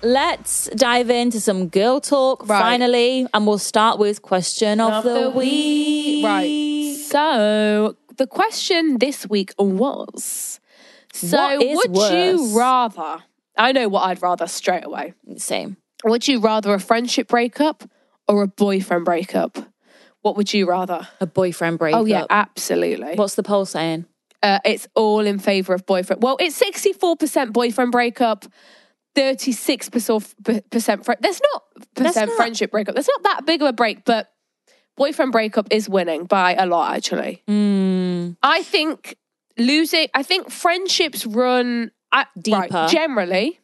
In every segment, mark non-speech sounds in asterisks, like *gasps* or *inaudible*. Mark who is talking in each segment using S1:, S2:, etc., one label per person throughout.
S1: Let's dive into some girl talk
S2: Right.
S1: finally, and we'll start with question of, the, week.
S2: Right. So the question this week was so
S1: What is
S2: would
S1: worse?
S2: you rather I know what I'd rather straight away.
S1: Same.
S2: Would you rather a friendship breakup or a boyfriend breakup? What would you rather?
S1: A boyfriend breakup.
S2: Oh yeah, absolutely.
S1: What's the poll saying?
S2: Uh, it's all in favor of boyfriend. Well, it's 64% boyfriend breakup, 36% percent fri There's not percent
S1: not-
S2: friendship breakup. That's not that big of a break, but boyfriend breakup is winning by a lot actually.
S1: Hmm.
S2: I think losing, I think friendships run I, right,
S1: Deeper.
S2: generally,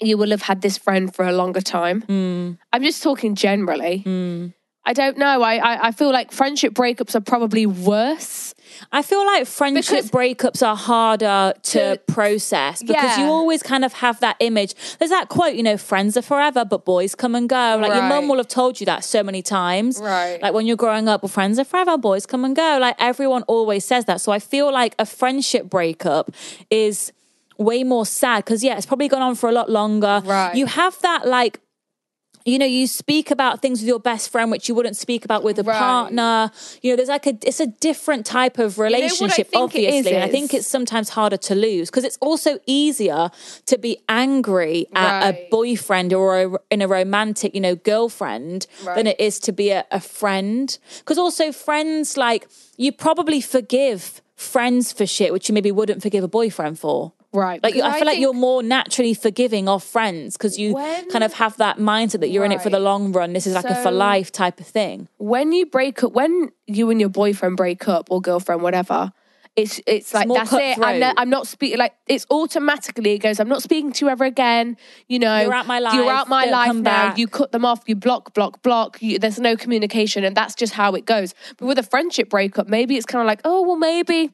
S2: you will have had this friend for a longer time.
S1: Hmm.
S2: I'm just talking generally. I don't know. I, I I feel like friendship breakups are probably worse.
S1: I feel like friendship
S2: Because-
S1: breakups are harder to,
S2: To-
S1: process because you
S2: Yeah.
S1: always kind of have that image. There's that quote, you know, friends are forever, but boys come and go. Like your
S2: Right.
S1: mum will have told you that so many times.
S2: Right.
S1: Like when you're growing up, well, friends are forever, boys come and go. Like everyone always says that. So I feel like a friendship breakup is way more sad because, yeah, it's probably gone on for a lot longer.
S2: Right.
S1: You have that like, you know, you speak about things with your best friend, which you wouldn't speak about with a
S2: Right.
S1: partner. You know, there's like a, it's a different type of relationship
S2: know
S1: relationship,
S2: what I think it is,
S1: obviously. and I
S2: is-
S1: think it's sometimes harder to lose because it's also easier to be angry at a
S2: Right.
S1: boyfriend or a, in a romantic, you know, girlfriend than
S2: Right.
S1: it is to be a, a friend. Because also, friends, like, you probably forgive friends for shit, which you maybe wouldn't forgive a boyfriend for.
S2: Right.
S1: Like, you- I
S2: because
S1: feel
S2: I
S1: like you're
S2: think-
S1: more naturally forgiving of friends because you
S2: When-
S1: kind of have that mindset that you're in it for the
S2: Right.
S1: long run. This is like a for
S2: So-
S1: life type of thing.
S2: when you break up, when you and your boyfriend break up or girlfriend, whatever, it's it's like
S1: more
S2: that's it.
S1: cutthroat.
S2: I'm not, I'm not speaking. Like it's automatically it goes. I'm not speaking to you ever again. You know,
S1: You're out my
S2: You're
S1: life,
S2: out my
S1: don't
S2: life
S1: come
S2: now.
S1: back.
S2: You cut them off. You block, block, block. You, there's no communication, and that's just how it goes. But with a friendship breakup, maybe it's kind of like, oh well, maybe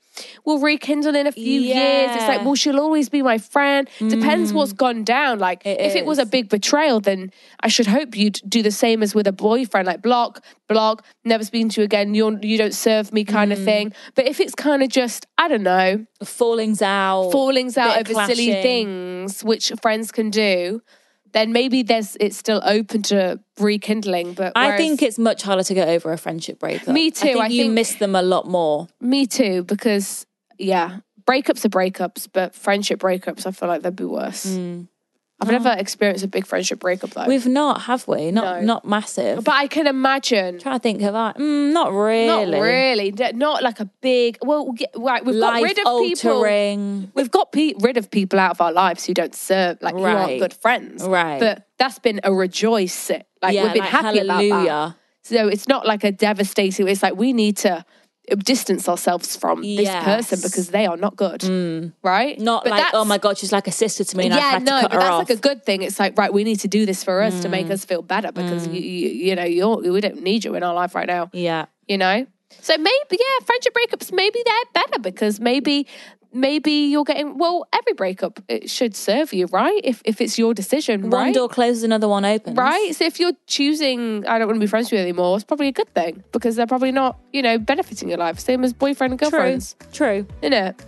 S2: we'll rekindle in a few years. It's
S1: Yeah.
S2: like, well, she'll always be my friend. Depends what's gone down. Like
S1: Mm. It
S2: if it was
S1: is.
S2: a big betrayal, then I should hope you'd do the same as with a boyfriend, like block, block, never speaking to you again. You're you don't serve me kind
S1: Mm.
S2: of thing. But if it's kind of just I don't know,
S1: Fallings out.
S2: fallings out
S1: bit
S2: over
S1: of
S2: silly
S1: clashing.
S2: things which friends can do, then maybe there's it's still open to rekindling. But
S1: I
S2: whereas-
S1: think it's much harder to get over a friendship breakup.
S2: Me too,
S1: I think
S2: I
S1: you
S2: think-
S1: miss them a lot more.
S2: me too because yeah, breakups are breakups, but friendship breakups I feel like they'd be worse.
S1: Mm.
S2: I've never experienced a big friendship breakup though.
S1: We've not, have we? Not
S2: No.
S1: not massive.
S2: but I can imagine
S1: trying to think, have I? Mm, not really.
S2: Not really. D- Not like a big. Well, we get, right. We've got
S1: Life
S2: rid of people.
S1: altering.
S2: We've got pe- rid of people out of our lives who don't serve, like who
S1: Right.
S2: aren't good friends.
S1: Right.
S2: But that's been a rejoice. Like
S1: Yeah,
S2: we've been
S1: like,
S2: happy about
S1: hallelujah.
S2: that. So it's not like a devastating. It's like we need to distance ourselves from this
S1: Yes. Mm.
S2: person because they are not good. Right.
S1: Not
S2: But
S1: like,
S2: that's-
S1: oh my God, she's like a sister to me and I've
S2: yeah,
S1: had
S2: no,
S1: to cut
S2: but
S1: her
S2: that's
S1: off. Mm.
S2: like a good thing. It's like right, we need to do this for us to make us feel better because you, you, you know, you're, we don't need you in our life right now
S1: yeah.
S2: you know so maybe yeah friendship breakups maybe they're better because maybe maybe you're getting well every breakup it should serve you right if if it's your
S1: One
S2: decision right
S1: door closes, another one opens.
S2: right so if you're choosing i don't want to be friends with you anymore it's probably a good thing because they're probably not you know benefiting your life same as boyfriend and
S1: True.
S2: girlfriends
S1: True.
S2: in it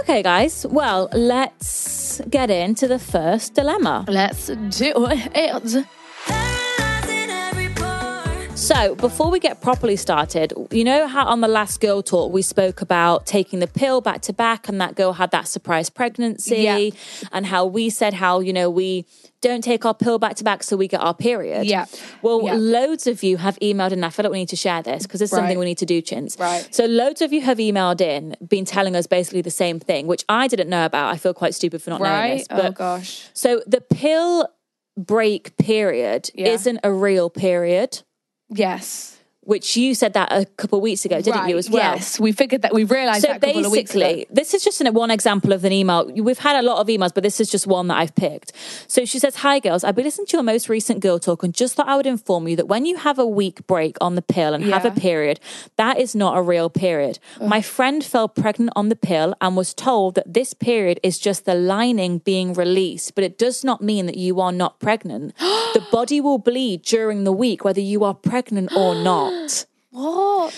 S1: Okay, guys. Well, let's get into the first dilemma.
S2: let's do it
S3: Paralyzing every pore.
S1: So, before we get properly started, you know how on the last girl talk we spoke about taking the pill back to back, and that girl had that surprise pregnancy,
S2: Yeah.
S1: and how we said how, you know, we don't take our pill back to back, so we get our period.
S2: Yeah.
S1: Well,
S2: Yeah.
S1: loads of you have emailed in. I feel like we need to share this because it's something
S2: Right.
S1: we need to do, Chins.
S2: Right.
S1: So, loads of you have emailed in, been telling us basically the same thing, which I didn't know about. I feel quite stupid for not knowing
S2: right
S1: this.
S2: oh gosh
S1: So, the pill break period
S2: Yeah.
S1: isn't a real period
S2: yes
S1: which you said that a couple of weeks ago, didn't you, as well?
S2: Yes, we figured that we realised
S1: So
S2: that a couple of weeks ago.
S1: basically, this is just an, one example of an email. We've had a lot of emails, but this is just one that I've picked. So she says, Hi, girls. I've been listening to your most recent girl talk and just thought I would inform you that when you have a week break on the pill and have a
S2: Yeah.
S1: period, that is not a real period. My friend fell pregnant on the pill and was told that this period is just the lining being released, but it does not mean that you are not
S2: *gasps*
S1: pregnant. the body will bleed during the week, whether you are pregnant or
S2: *gasps*
S1: not. *gasps*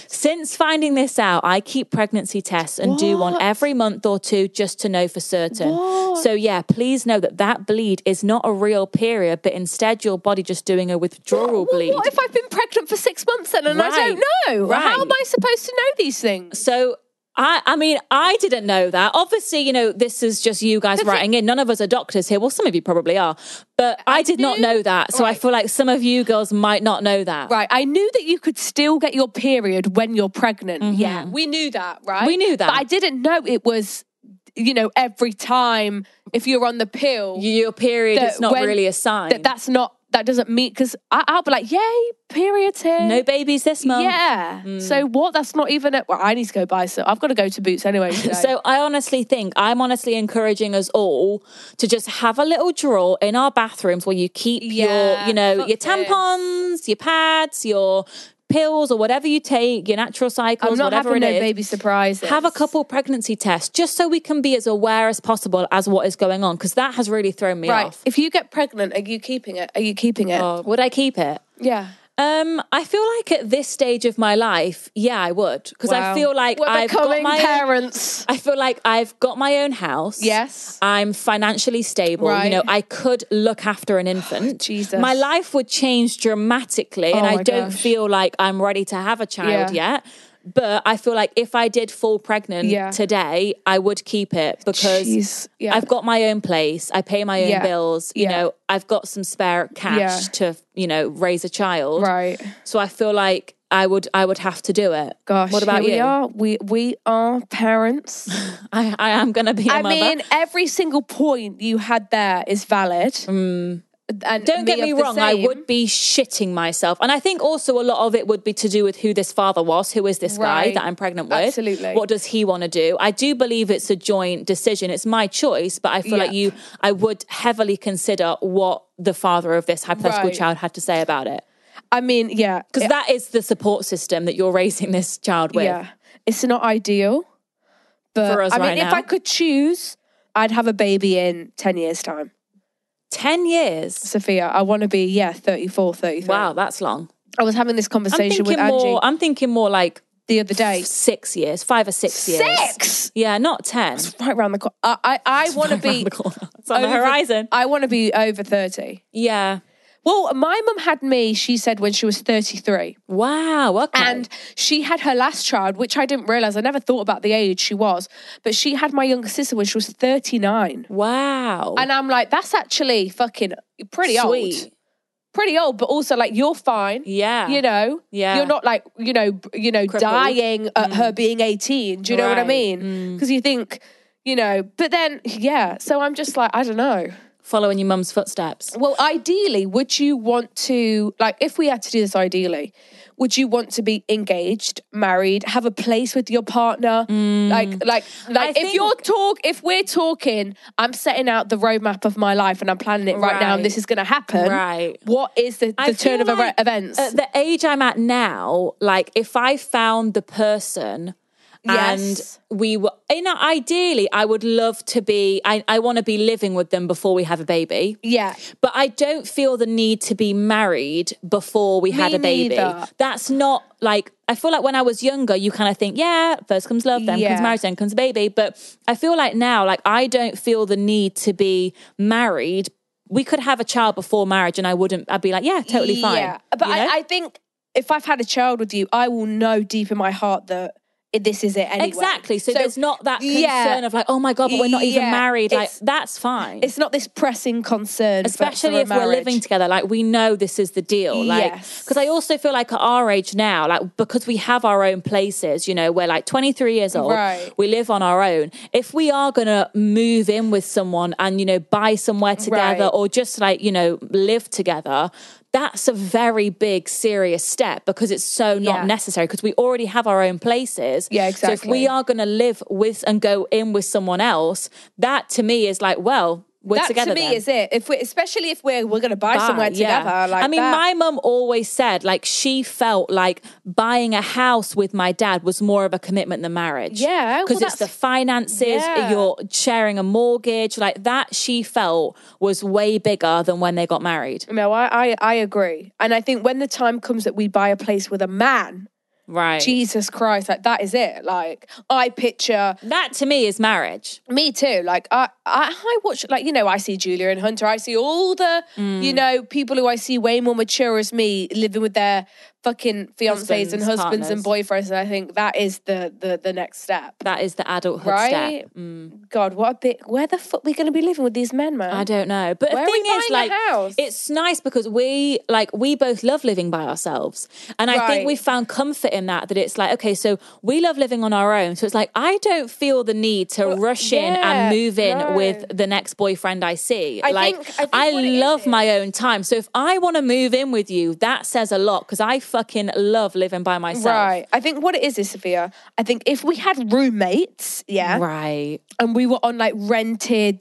S1: Since finding this out, I keep pregnancy tests and do one every month or two just to know for certain. So, yeah, please know that that bleed is not a real period, but instead your body just doing a withdrawal
S2: Well,
S1: bleed.
S2: what if I've been pregnant for six months then and I
S1: Right,
S2: don't know?
S1: right.
S2: How am I supposed to know these things?
S1: so, I, I mean, I didn't know that. Obviously, you know, this is just you guys writing in. None of us are doctors here. Well, some of you probably are, but I, did not
S2: knew-
S1: know that. So, I
S2: Right.
S1: feel like some of you girls might not know that.
S2: Right, I knew that you could still get your period when you're pregnant. Yeah, we knew that, right?
S1: Mm-hmm. We knew that.
S2: But I didn't know it was, you know, every time if you're on the pill,
S1: Your period
S2: that
S1: is not
S2: when-
S1: really a sign.
S2: that that's not, that doesn't mean, because I'll be like, yay, period's here.
S1: no babies this month.
S2: Yeah.
S1: Mm.
S2: So what? That's not even. A, well, I need to go buy some. I've got to go to Boots
S1: *laughs*
S2: anyway. Today.
S1: So I honestly think I'm honestly encouraging us all to just have a little drawer in our bathrooms where you keep your,
S2: Yeah,
S1: you know,
S2: fuck
S1: your
S2: this.
S1: tampons, your pads, your pills or whatever you take, your natural cycles,
S2: I'm not
S1: whatever
S2: having
S1: it
S2: no
S1: is.
S2: baby surprises.
S1: Have a couple pregnancy tests just so we can be as aware as possible as what is going on because that has really thrown me
S2: Right.
S1: off.
S2: If you get pregnant, are you keeping it? Are you keeping it?
S1: Oh, would I keep it?
S2: Yeah.
S1: Um, I feel like at this stage of my life, yeah, I would because I
S2: Wow.
S1: feel like
S2: We're
S1: I've got
S2: becoming
S1: my
S2: parents.
S1: I feel like I've got my own house.
S2: Yes.
S1: I'm financially stable. You
S2: Right.
S1: know, I could look after an infant.
S2: *gasps* Jesus.
S1: My life would change dramatically and
S2: Oh
S1: I
S2: my
S1: don't
S2: gosh.
S1: feel like I'm ready to have a child
S2: Yeah.
S1: yet. But I feel like if I did fall pregnant
S2: Yeah.
S1: today, I would keep it because
S2: Jeez, yeah.
S1: I've got my own place. I pay my own
S2: Yeah,
S1: bills. You
S2: yeah.
S1: know, I've got some spare cash
S2: Yeah.
S1: to, you know, raise a child.
S2: Right.
S1: So I feel like I would I would have to do it.
S2: Gosh.
S1: What about
S2: here
S1: you?
S2: We are. We we are
S1: *laughs*
S2: parents.
S1: I, I am gonna be a
S2: I
S1: mother.
S2: mean, every single point you had there is valid. Mm. And
S1: Don't get me
S2: of the
S1: wrong, I
S2: same.
S1: would be shitting myself. And I think also a lot of it would be to do with who this father was. Who is this guy
S2: Right.
S1: that I'm pregnant with?
S2: Absolutely.
S1: What does he want to do? I do believe it's a joint decision. It's my choice, but I feel like
S2: Yep.
S1: you, I would heavily consider what the father of this hypothetical
S2: Right.
S1: child had to say about it.
S2: I mean, yeah.
S1: Because that is the support system that you're raising this child with.
S2: Yeah. It's not ideal. But
S1: For us
S2: I mean,
S1: right
S2: if
S1: now.
S2: I could choose, I'd have a baby in 10 years' time.
S1: 10 years.
S2: Sophia, I want to be, yeah, 34, 35.
S1: Wow, that's long.
S2: I was having this
S1: I'm
S2: conversation
S1: thinking
S2: with Angie
S1: more, I'm thinking more like
S2: the other day.
S1: six years, five or six, years.
S2: Six?
S1: Yeah, not 10.
S2: Right round the corner. I, I, I
S1: *laughs*
S2: want to
S1: Right round
S2: be.
S1: the corner. It's on the
S2: over-
S1: horizon.
S2: I want to be over 30.
S1: Yeah.
S2: Well, my mum had me, she said, when she was 33.
S1: Wow. Okay.
S2: And she had her last child, which I didn't realize. I never thought about the age she was. But she had my younger sister when she was 39.
S1: wow.
S2: And I'm like, that's actually fucking pretty old.
S1: Sweet.
S2: Pretty old, but also like you're fine.
S1: Yeah.
S2: You know?
S1: Yeah.
S2: You're not like, you know, b- you know,
S1: Crippled. Mm.
S2: dying at her being 18. Do you know what I
S1: Right. Mm.
S2: mean? Because you think, you know, but then yeah. So I'm just like, I don't know.
S1: Following your mum's footsteps.
S2: Well, ideally, would you want to like if we had to do this ideally, would you want to be engaged, married, have a place with your partner? Like like like
S1: Mm. I
S2: if
S1: think-
S2: you're talk if we're talking, I'm setting out the roadmap of my life and I'm planning it right, now
S1: Right.
S2: and this is gonna happen.
S1: Right.
S2: What is the,
S1: I
S2: the turn
S1: feel like
S2: of
S1: uh,
S2: like events?
S1: At the age I'm at now, like if I found the person
S2: Yes.
S1: and we were, you know, ideally, I would love to be, I, I want to be living with them before we have a baby.
S2: yeah.
S1: But I don't feel the need to be married before we had a baby.
S2: neither.
S1: That's not like I feel like when I was younger, you kind of think, yeah, first comes love, then comes
S2: Yeah.
S1: marriage, then comes baby. But I feel like now, like I don't feel the need to be married. We could have a child before marriage, and I wouldn't. I'd be like, yeah, totally fine.
S2: Yeah. But
S1: you know?
S2: I, I think if I've had a child with you, I will know deep in my heart that it- this is it anyway.
S1: exactly. So, there's not that concern
S2: Yeah.
S1: of like, oh my god, but we're not even
S2: Yeah.
S1: married. Like
S2: It's-
S1: that's fine.
S2: it's not this pressing concern. for-
S1: especially
S2: for a
S1: if we're living
S2: marriage.
S1: together like we know this is the deal like
S2: Yes.
S1: because i also feel like at our age now like because we have our own places you know we're like 23 years old
S2: Right.
S1: we live on our own if we are gonna move in with someone and you know buy somewhere together
S2: Right.
S1: or just like you know live together that's a very big, serious step because it's so not
S2: Yeah.
S1: necessary because we already have our own places.
S2: Yeah,
S1: So if we
S2: exactly.
S1: are going to live with and go in with someone else, that to me is like, well, we're
S2: that
S1: together.
S2: to me
S1: then.
S2: is it. If we, especially if we're we're gonna buy,
S1: Buy,
S2: somewhere
S1: yeah.
S2: together. Like
S1: I mean,
S2: that.
S1: my mum always said like she felt like buying a house with my dad was more of a commitment than marriage.
S2: Yeah, well,
S1: because it's the
S2: that's-
S1: finances.
S2: Yeah.
S1: You're sharing a mortgage like that. She felt was way bigger than when they got married.
S2: No, I, I I agree, and I think when the time comes that we buy a place with a man,
S1: Right.
S2: Jesus Christ, like that is it. Like I picture
S1: that to me is marriage.
S2: me too. Like I I, I watch like you know I see Julia and Hunter. I see all the
S1: Mm.
S2: you know people who I see way more mature as me living with their fucking fiancés and
S1: Husbands,
S2: husbands and boyfriends, and I think that is the the the next step.
S1: That is the adulthood
S2: Right?
S1: step. Mm.
S2: God, what a bit. Where the fuck we going to be living with these men, man?
S1: I don't know. But
S2: Where
S1: the
S2: are we
S1: thing is,
S2: buying
S1: like,
S2: a house?
S1: it's nice because we like we both love living by ourselves, and I think
S2: Right.
S1: we found comfort in that. That it's like, okay, so we love living on our own, so it's like I don't feel the need to rush in
S2: yeah,
S1: and move in
S2: no.
S1: with the next boyfriend I see.
S2: I
S1: like,
S2: think- I think what it
S1: love
S2: is-
S1: my own time. So if I want to move in with you, that says a lot because I fucking love living by myself.
S2: Right. I think what it is is Sophia. I think if we had roommates, yeah,
S1: Right. Mm-hmm.
S2: and we were on like rented,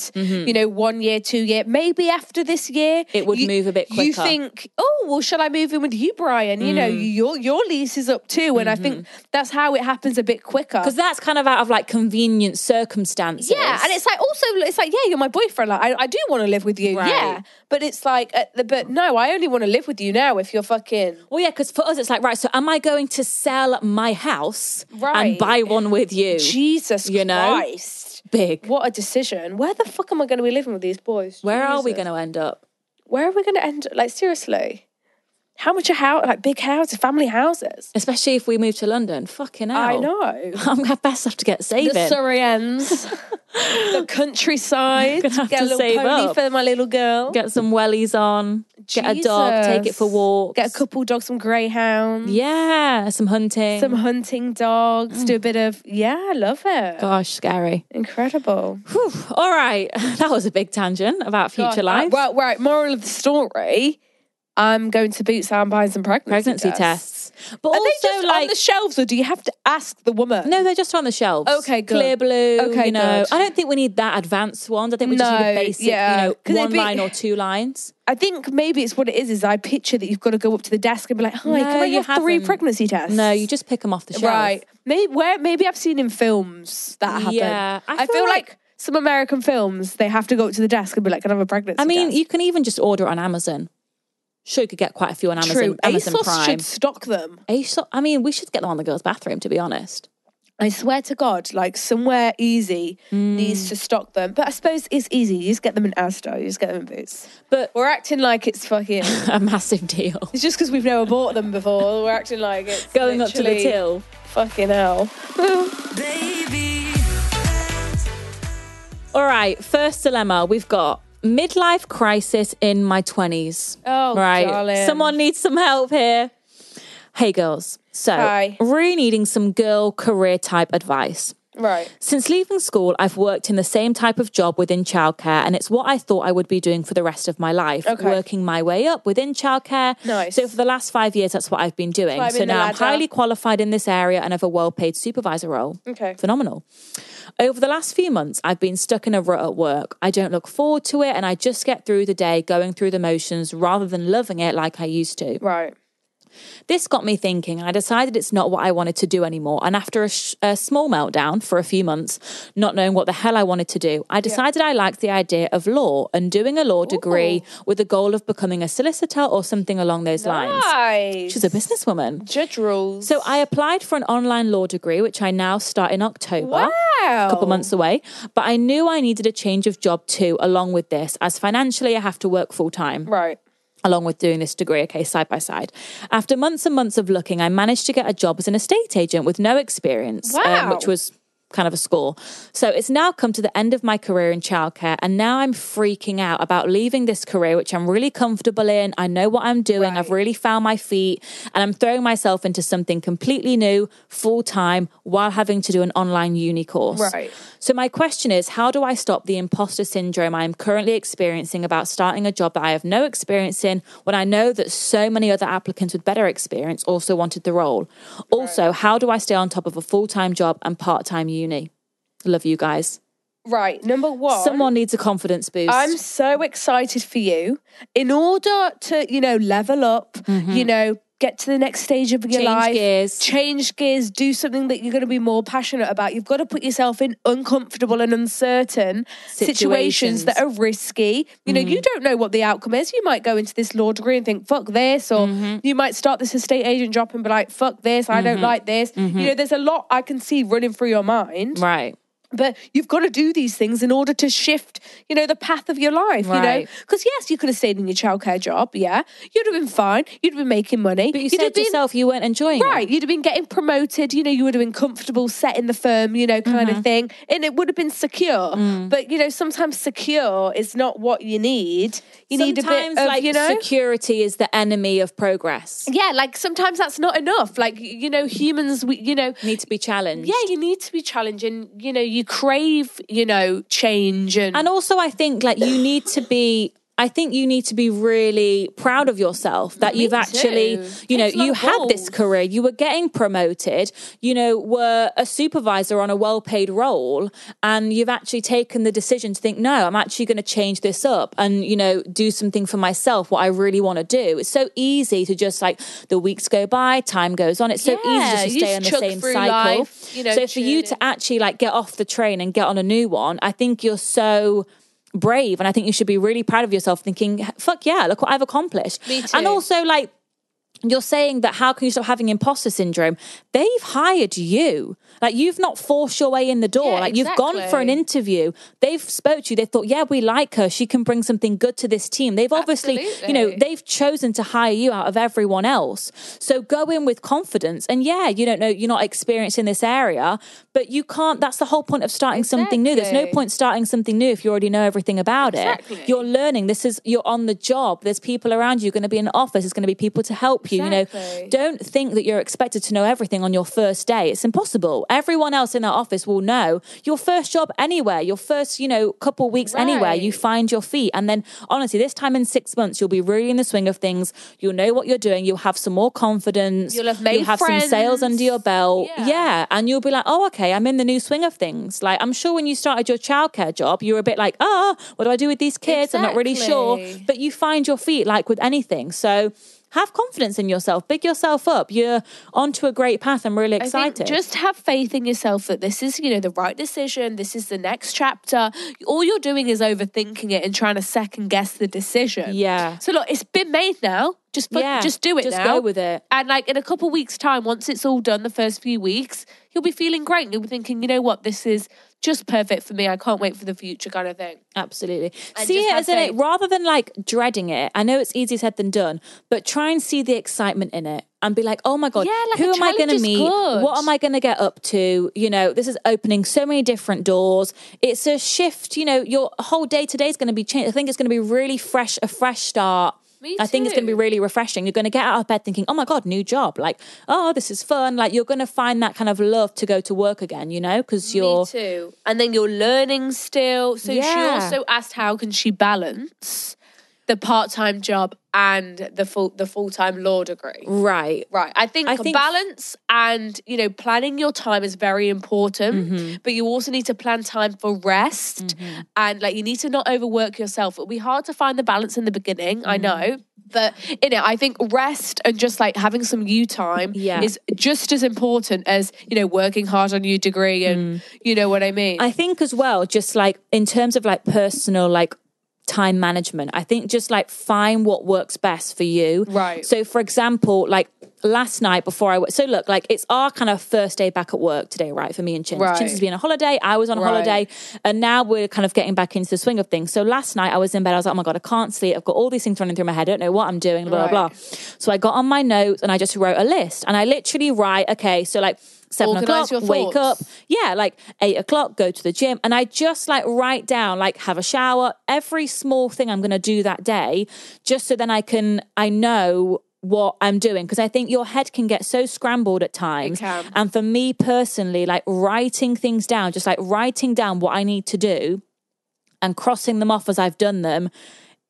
S2: you know, one year, two year, maybe after this year,
S1: It would
S2: you-
S1: move a bit
S2: You
S1: quicker. Mm.
S2: think, oh, well, shall I move in with you, Brian? You know, your your lease is up too, and I think that's how it happens a bit quicker.
S1: Because Mm-hmm. that's kind of out of like convenient circumstances.
S2: Yeah, and it's like also it's like yeah, you're my boyfriend. Like I, I do want to live with you.
S1: Right.
S2: Yeah, but it's like uh, the, but no, I only want to live with you now if you're fucking
S1: Well, yeah, because for us, it's like, right, so am I going to sell my house and
S2: Right.
S1: buy one with you?
S2: Jesus
S1: you know?
S2: Christ.
S1: Big.
S2: What a decision. Where the fuck am I going to be living with these boys?
S1: Where are we
S2: Jesus.
S1: going to end up?
S2: Where are we going to end? Like seriously, how much a house? Like big houses, family houses.
S1: Especially if we move to London. Fucking hell.
S2: I know.
S1: *laughs* I'm going to best have to get saving.
S2: The Surrey ends,
S1: *laughs*
S2: the countryside.
S1: Gonna have
S2: Get
S1: to
S2: a little
S1: save
S2: pony
S1: up.
S2: for my little girl.
S1: Get some wellies on. Get a dog. Take it for
S2: Jesus.
S1: walks.
S2: Get a couple dogs, some greyhounds.
S1: Yeah, some hunting.
S2: Some hunting dogs.
S1: Mm.
S2: Do a bit of yeah. I love it.
S1: Gosh, scary.
S2: Incredible.
S1: Whew. All right. *laughs* that was a big tangent about future
S2: God, uh,
S1: life.
S2: well, right. Moral of the story: I'm going to Boots and buying some pregnancy,
S1: Pregnancy
S2: tests.
S1: tests. But
S2: Are
S1: also,
S2: they just
S1: like.
S2: on the shelves, or do you have to ask the woman?
S1: No, they're just on the shelves.
S2: Okay, good.
S1: Clear blue.
S2: Okay,
S1: you know,
S2: good.
S1: I don't think we need that advanced ones. I think we just need a
S2: No,
S1: basic,
S2: yeah.
S1: you know,
S2: 'Cause it'd
S1: one
S2: be-
S1: line or two lines.
S2: I think maybe it's what it is. Is I picture that you've got to go up to the desk and be like, "Hi,
S1: No,
S2: can I
S1: you
S2: have 3
S1: haven't.
S2: pregnancy tests?"
S1: No, you just pick them off the shelf.
S2: right. Maybe where maybe I've seen in films that happen.
S1: Yeah, I
S2: I, feel,
S1: feel
S2: like, some American films they have to go up to the desk and be like, "Can I have a pregnancy?"
S1: I mean,
S2: test?"
S1: you can even just order it on Amazon. Sure, you could get quite a few on Amazon.
S2: true. E
S1: Amazon
S2: ASOS
S1: Prime.
S2: should stock them.
S1: ASOS. I mean, we should get them on the girls' bathroom. To be honest, *laughs*
S2: I swear to God, like somewhere easy needs to stock them. But I suppose it's easy. You just get them in Asda. You just get them in Boots.
S1: but
S2: We're acting like it's fucking.
S1: a massive deal. *laughs*
S2: It's just because we've never bought them before. We're acting like it's
S1: Going up to the
S2: literally
S1: till.
S2: Fucking hell.
S3: Baby,
S1: All right, first dilemma we've got midlife crisis in my 20s.
S2: Oh,
S1: right.
S2: darling.
S1: Someone needs some help here. Hey, girls. So,
S2: Hi.
S1: really needing some girl career type advice.
S2: Right.
S1: Since leaving school, I've worked in the same type of job within childcare, and it's what I thought I would be doing for the rest of my life,
S2: Okay.
S1: working my way up within childcare.
S2: Nice.
S1: So for the last five years, that's what I've been doing.
S2: Climbing
S1: so
S2: the
S1: now I'm
S2: ladder.
S1: highly qualified in this area and have a well-paid supervisor role.
S2: Okay.
S1: Phenomenal. Over the last few months, I've been stuck in a rut at work. I don't look forward to it, and I just get through the day going through the motions rather than loving it like I used to.
S2: Right.
S1: This got me thinking, and I decided it's not what I wanted to do anymore. And after a, sh- a small meltdown for a few months, not knowing what the hell I wanted to do, I decided I liked the idea of law and doing a law degree with the goal of becoming a solicitor or something along those lines.
S2: Nice.
S1: She's a businesswoman.
S2: Judge rules.
S1: So I applied for an online law degree, which I now start in October. A couple months away, but I knew I needed a change of job too, along with this, as financially I have to work full time
S2: Right.
S1: along with doing this degree, okay, side by side. After months and months of looking, I managed to get a job as an estate agent with no experience, um,
S2: Wow.
S1: which was kind of a score. So it's now come to the end of my career in childcare, and now I'm freaking out about leaving this career, which I'm really comfortable in. I know what I'm doing, I've really found my feet, and I'm throwing myself into something completely new, full time, while having to do an online uni course.
S2: Right.
S1: So, my question is how do I stop the imposter syndrome I am currently experiencing about starting a job that I have no experience in when I know that so many other applicants with better experience also wanted the role? Also, how do I stay on top of a full time job and part time uni? Love you guys.
S2: Right. Number one.
S1: Someone needs a confidence boost.
S2: I'm so excited for you. In order to, you know, level up, you know, get to the next stage of your
S1: Mm-hmm. Change
S2: life,
S1: gears.
S2: change gears, do something that you're going to be more passionate about. You've got to put yourself in uncomfortable and uncertain situations,
S1: Situations. Mm-hmm.
S2: that are risky. You know, you don't know what the outcome is. You might go into this law degree and think, fuck this, or
S1: Mm-hmm.
S2: you might start this estate agent job and be like, fuck this, I don't like this.
S1: Mm-hmm.
S2: You know, there's a lot I can see running through your mind
S1: right.
S2: but you've got to do these things in order to shift you know the path of your life you
S1: Right.
S2: know because yes you could have stayed in your childcare job yeah you'd have been fine you'd have been making money
S1: But you
S2: would
S1: said
S2: have been,
S1: yourself you weren't enjoying it.
S2: right you'd have been getting promoted you know you would have been comfortable set in the firm you know kind of thing and it would have been secure but you know sometimes secure is not what you need you need a bit
S1: Sometimes,
S2: of
S1: like
S2: you know
S1: security is the enemy of progress.
S2: yeah like sometimes that's not enough like you know humans we you know
S1: Need to be challenged.
S2: yeah, you need to be challenging. You know, you crave, you know, change and
S1: And also, I think like you need to be. I think you need to be really proud of yourself that you've actually,
S2: too.
S1: you know,
S2: Takes a lot
S1: you
S2: of
S1: had this
S2: balls.
S1: career, you were getting promoted, you know, were a supervisor on a well paid role, and you've actually taken the decision to think, no, I'm actually going to change this up and, you know, do something for myself, what I really want to do. It's so easy to just like the weeks go by, time goes on. It's so easy
S2: Yeah,
S1: just to
S2: you
S1: stay on
S2: just
S1: the
S2: chug
S1: same
S2: through
S1: cycle.
S2: life, you know,
S1: so for you
S2: tune
S1: to actually like get off the train and get on a new one, I think you're so brave and I think you should be really proud of yourself thinking, fuck yeah, look what I've accomplished.
S2: Me
S1: And
S2: too.
S1: also like you're saying that how can you stop having imposter syndrome? They've hired you. Like you've not forced your way in the door.
S2: Yeah,
S1: like you've gone for an
S2: exactly.
S1: interview. They've spoke to you. They thought, yeah, we like her. She can bring something good to this team. They've obviously, you know,
S2: Absolutely.
S1: they've chosen to hire you out of everyone else. So go in with confidence. And yeah, you don't know, you're not experienced in this area, but you can't. That's the whole point of starting something new. There's no
S2: Exactly.
S1: point starting something new if you already know everything about
S2: Exactly.
S1: it. You're learning. This is, you're on the job. There's people around you. You're going to be in an office. There's going to be people to help you. You know,
S2: Exactly.
S1: don't think that you're expected to know everything on your first day. It's impossible. Everyone else in that office will know your first job anywhere, your first, you know, couple weeks anywhere, you
S2: Right.
S1: find your feet. And then honestly, this time in six months, you'll be really in the swing of things. You'll know what you're doing. You'll have some more confidence.
S2: You'll have made
S1: You'll have some sales
S2: friends.
S1: under your belt. Yeah.
S2: Yeah.
S1: And you'll be like, oh, okay, I'm in the new swing of things. Like, I'm sure when you started your childcare job, you were a bit like, oh, what do I do with these kids? I'm not really sure
S2: Exactly.
S1: but you find your feet like with anything. So have confidence in yourself, big yourself up. You're onto a great path. I'm really excited.
S2: I think just have faith in yourself that this is, you know, the right decision. This is the next chapter. All you're doing is overthinking it and trying to second guess the decision.
S1: Yeah.
S2: So look, it's been made now. Just fuck-
S1: Yeah.
S2: just do it
S1: Just
S2: now.
S1: go with it.
S2: And like in a couple weeks' time, once it's all done, the first few weeks, you'll be feeling great. You'll be thinking, you know what, this is just perfect for me. I can't wait for the future, kind of thing.
S1: Absolutely.
S2: And
S1: See
S2: just
S1: it
S2: have
S1: as in it,
S2: faith.
S1: rather than like dreading it. I know it's easier said than done, but try and see the excitement in it and be like, oh my God,
S2: Yeah, like
S1: who
S2: a
S1: am I going
S2: challenge
S1: to
S2: is
S1: meet?
S2: good.
S1: What am I going to get up to? You know, this is opening so many different doors. It's a shift. You know, your whole day today is going to be changed. I think it's going to be really fresh, a fresh start.
S2: Me
S1: I think it's going to be
S2: too.
S1: really refreshing. You're going to get out of bed thinking, oh my God, new job. Like, oh, this is fun. Like, you're going to find that kind of love to go to work again, you know, because you're.
S2: Me too. And then you're learning still. So
S1: Yeah.
S2: she also asked how can she balance the part-time job and the full the full-time law degree.
S1: Right.
S2: Right. I think,
S1: I think-
S2: balance and, you know, planning your time is very important,
S1: Mm-hmm.
S2: but you also need to plan time for rest and like you need to not overwork yourself. It'll be hard to find the balance in the beginning,
S1: Mm.
S2: I know. But you know, I think rest and just like having some you time
S1: Yeah.
S2: is just as important as, you know, working hard on your degree and you know what I mean.
S1: Mm. I think as well, just like in terms of like personal like time management, I think just like find what works best for you.
S2: Right.
S1: So for example, like last night before I went. So look, like it's our kind of first day back at work today, right? For me and Chins.
S2: Right.
S1: Chins has been on holiday. I was on a
S2: Right.
S1: holiday, and now we're kind of getting back into the swing of things. So last night I was in bed. I was like, oh my god, I can't sleep. I've got all these things running through my head. I don't know what I'm doing. Blah blah blah.
S2: Right.
S1: So I got on my notes and I just wrote a list, and I literally write, okay, so like. Seven
S2: Organise
S1: o'clock,
S2: your
S1: wake up.
S2: thoughts.
S1: Yeah, like eight o'clock, go to the gym. And I just like write down, like have a shower, every small thing I'm going to do that day, just so then I can, I know what I'm doing. Because I think your head can get so scrambled at times.
S2: can.
S1: And for me personally, like writing things down, just like writing down what I need to do and crossing them off as I've done them.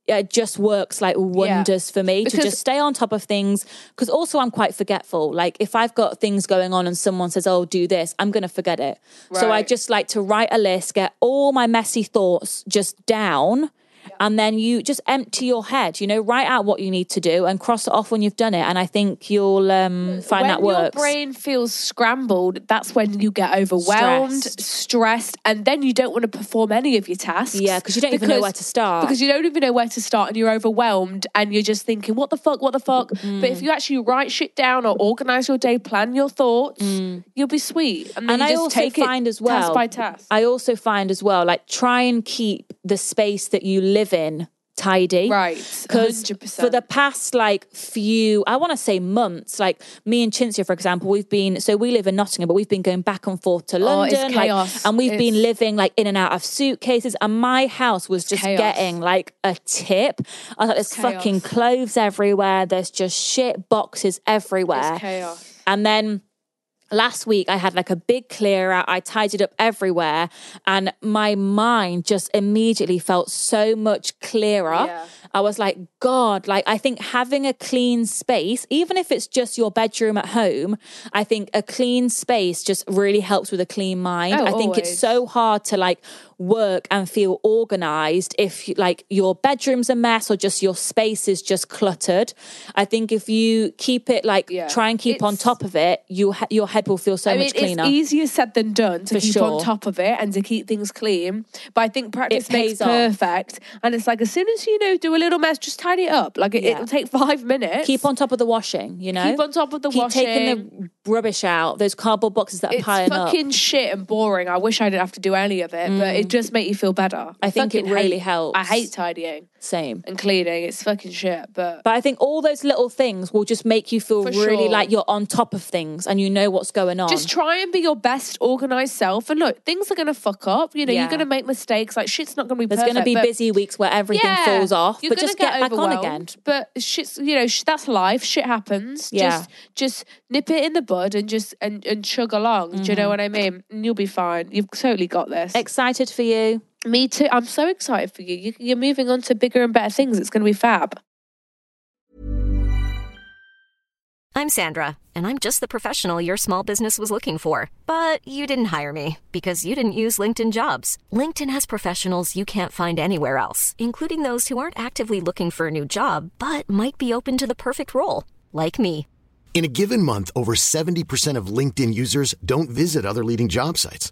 S1: It just works like wonders for me to
S2: Because-
S1: just stay on top of things because also I'm quite forgetful. Like if I've got things going on and someone says, "Oh, do this," I'm gonna forget it. So I
S2: Right.
S1: just like to write a list, get all my messy thoughts just down, and then you just empty your head. You know, write out what you need to do and cross it off when you've done it. And I think you'll um, find
S2: when
S1: that works.
S2: your brain feels scrambled, that's when you get overwhelmed,
S1: Stressed.
S2: stressed. and then you don't want to perform any of your tasks.
S1: Yeah, 'cause you don't even know where to start.
S2: Because you don't even know where to start, and you're overwhelmed, and you're just thinking, "What the fuck? What the fuck?" But
S1: Mm.
S2: if you actually write shit down or organize your day, plan your thoughts, you'll be sweet. And, then
S1: Mm. and
S2: you
S1: I
S2: just
S1: also
S2: take
S1: find
S2: it
S1: as well
S2: task by task.
S1: I also find as well, like try and keep the space that you live in tidy.
S2: Right,
S1: Because
S2: 100%.
S1: for the past like few, I want to say months, like me and Cinzia, for example, we've been, so we live in Nottingham, but we've been going back and forth to
S2: Oh, it's
S1: London. like,
S2: chaos.
S1: and we've been
S2: It's-
S1: living like in and out of suitcases. And my house was just
S2: chaos.
S1: getting like a tip. I was like, there's
S2: chaos.
S1: fucking clothes everywhere. There's just shit boxes everywhere.
S2: It's chaos.
S1: And then last week I had like a big clear out. I tidied up everywhere and my mind just immediately felt so much clearer.
S2: Yeah.
S1: I was like, God, like I think having a clean space, even if it's just your bedroom at home, I think a clean space just really helps with a clean mind.
S2: Oh,
S1: I think it's so
S2: always.
S1: hard to like work and feel organized if like your bedroom's a mess or just your space is just cluttered. I think if you keep it like
S2: Yeah.
S1: try and keep on
S2: It's-
S1: top of it, you ha- your head will feel so
S2: I mean,
S1: much cleaner.
S2: it's easier said than done to
S1: For
S2: keep
S1: sure.
S2: on top of it and to keep things clean. But I think practice
S1: It
S2: makes
S1: pays off.
S2: perfect. And it's like as soon as you know, do a little mess, just tidy it up. Like it,
S1: Yeah.
S2: it'll take *laughs* five minutes.
S1: Keep on top of the washing, you know.
S2: Keep on top of the
S1: Keep taking
S2: washing.
S1: the rubbish out, those cardboard boxes that are
S2: It's
S1: piling up.
S2: fucking shit and boring. I wish I didn't have to do any of it, but it just make you feel better.
S1: Mm. I think it
S2: fucking
S1: really
S2: hate-
S1: helps.
S2: I hate tidying
S1: Same.
S2: and cleaning. It's fucking shit, but
S1: But I think all those little things will just make you feel
S2: For
S1: really
S2: sure.
S1: like you're on top of things and you know what's going on.
S2: Just try and be your best organized self. And look, things are going to fuck up. You know,
S1: Yeah.
S2: you're going to make mistakes. Like, shit's not going to be
S1: There's
S2: perfect.
S1: going to be
S2: but-
S1: busy weeks where everything falls off,
S2: You're
S1: but
S2: gonna
S1: just get, back on again.
S2: overwhelmed, But shit's, you know, sh- that's life. Shit happens.
S1: Yeah.
S2: Just, just nip it in the bud and just and, and chug along. Do
S1: Mm-hmm.
S2: you know what I mean? And you'll be fine. You've totally got this.
S1: Excited for you.
S2: Me too. I'm so excited for you. you. You're moving on to bigger and better things. It's going to be fab.
S4: I'm Sandra, and I'm just the professional your small business was looking for. But you didn't hire me because you didn't use LinkedIn jobs. LinkedIn has professionals you can't find anywhere else, including those who aren't actively looking for a new job but might be open to the perfect role, like me.
S5: In a given month, over 70% of LinkedIn users don't visit other leading job sites.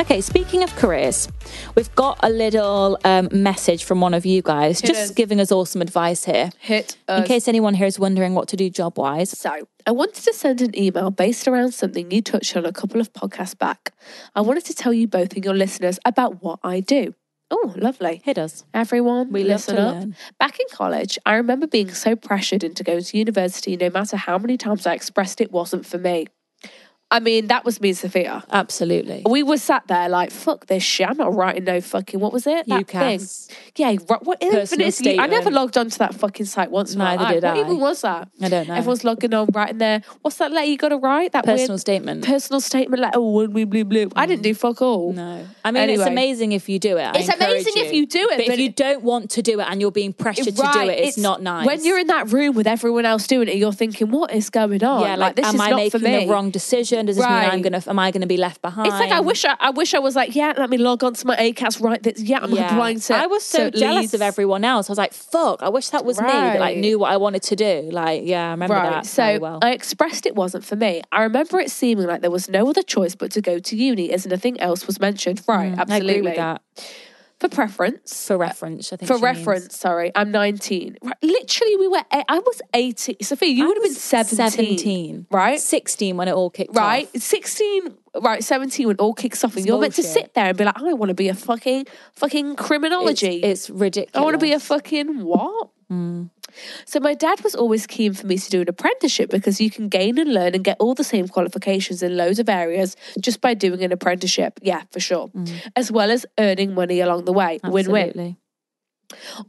S1: Okay, speaking of careers, we've got a little um, message from one of you guys
S2: Hit
S1: just
S2: us.
S1: giving us all some advice here.
S2: Hit
S1: In
S2: us.
S1: case anyone here is wondering what to do job wise,
S2: So, I wanted to send an email based around something you touched on a couple of podcasts back. I wanted to tell you both and your listeners about what I do. Oh, lovely.
S1: hit us.
S2: Everyone,
S1: We
S2: we
S1: love to
S2: listen up.
S1: learn.
S2: Back in college, I remember being so pressured into going to university no matter how many times I expressed it wasn't for me. I mean, that was me and Sophia.
S1: Absolutely.
S2: We were sat there like, fuck this shit. I'm not writing no fucking, what was it? That
S1: UCAS.
S2: thing. Yeah, ri- what
S1: Personal
S2: infinite I never
S1: statement.
S2: logged onto that fucking site once in my
S1: Neither
S2: life.
S1: did
S2: what
S1: I.
S2: even was that?
S1: I don't know.
S2: Everyone's logging on, writing there. What's that letter you got to write? That
S1: Personal
S2: weird
S1: statement.
S2: Personal statement letter. Oh, when we blew blue. I didn't do fuck all.
S1: No. I mean, it's
S2: Anyway.
S1: amazing if you do it. I
S2: It's amazing
S1: encourage
S2: if you do it,
S1: But, if
S2: but
S1: you
S2: it-
S1: don't want to do it and you're being pressured to do
S2: Right,
S1: it, it's, not nice.
S2: When you're in that room with everyone else doing it, you're thinking, "What is going on?"
S1: yeah, like,
S2: this
S1: am
S2: is
S1: I
S2: not
S1: making
S2: for me.
S1: the wrong decision? concerned does this mean
S2: Right.
S1: I'm gonna am I gonna be left behind?
S2: It's like I wish I, I wish I was like, yeah, let me log on to my ACAS right this yeah, I'm
S1: Yeah.
S2: applying to
S1: I was so
S2: to
S1: jealous
S2: Leeds.
S1: of everyone else. I was like, fuck, I wish that was me that like
S2: Right.
S1: knew what I wanted to do. Like, yeah, I remember that
S2: So
S1: very well.
S2: I expressed it wasn't for me. I remember it seeming like there was no other choice but to go to uni as nothing else was mentioned. Right,
S1: Mm, I
S2: absolutely.
S1: agree with that.
S2: For preference.
S1: For reference, I think
S2: For
S1: she means.
S2: reference, sorry, I'm 19. Right, literally, we were. eight- I was 18. Sophia, you
S1: I
S2: would have been
S1: was
S2: 17,
S1: 17.
S2: right?
S1: 16 when it all kicked
S2: right?
S1: off.
S2: 16, right? 17 when all kicks off, and
S1: It's
S2: you're meant to
S1: bullshit.
S2: sit there and be like, I want to be a fucking fucking
S1: It's,
S2: criminology.
S1: it's ridiculous. Mm.
S2: I want to be a fucking what? So my dad was always keen for me to do an apprenticeship because you can gain and learn and get all the same qualifications in loads of areas just by doing an apprenticeship. Yeah, for sure. As well as earning money along the way. Win-win
S1: Mm. Absolutely.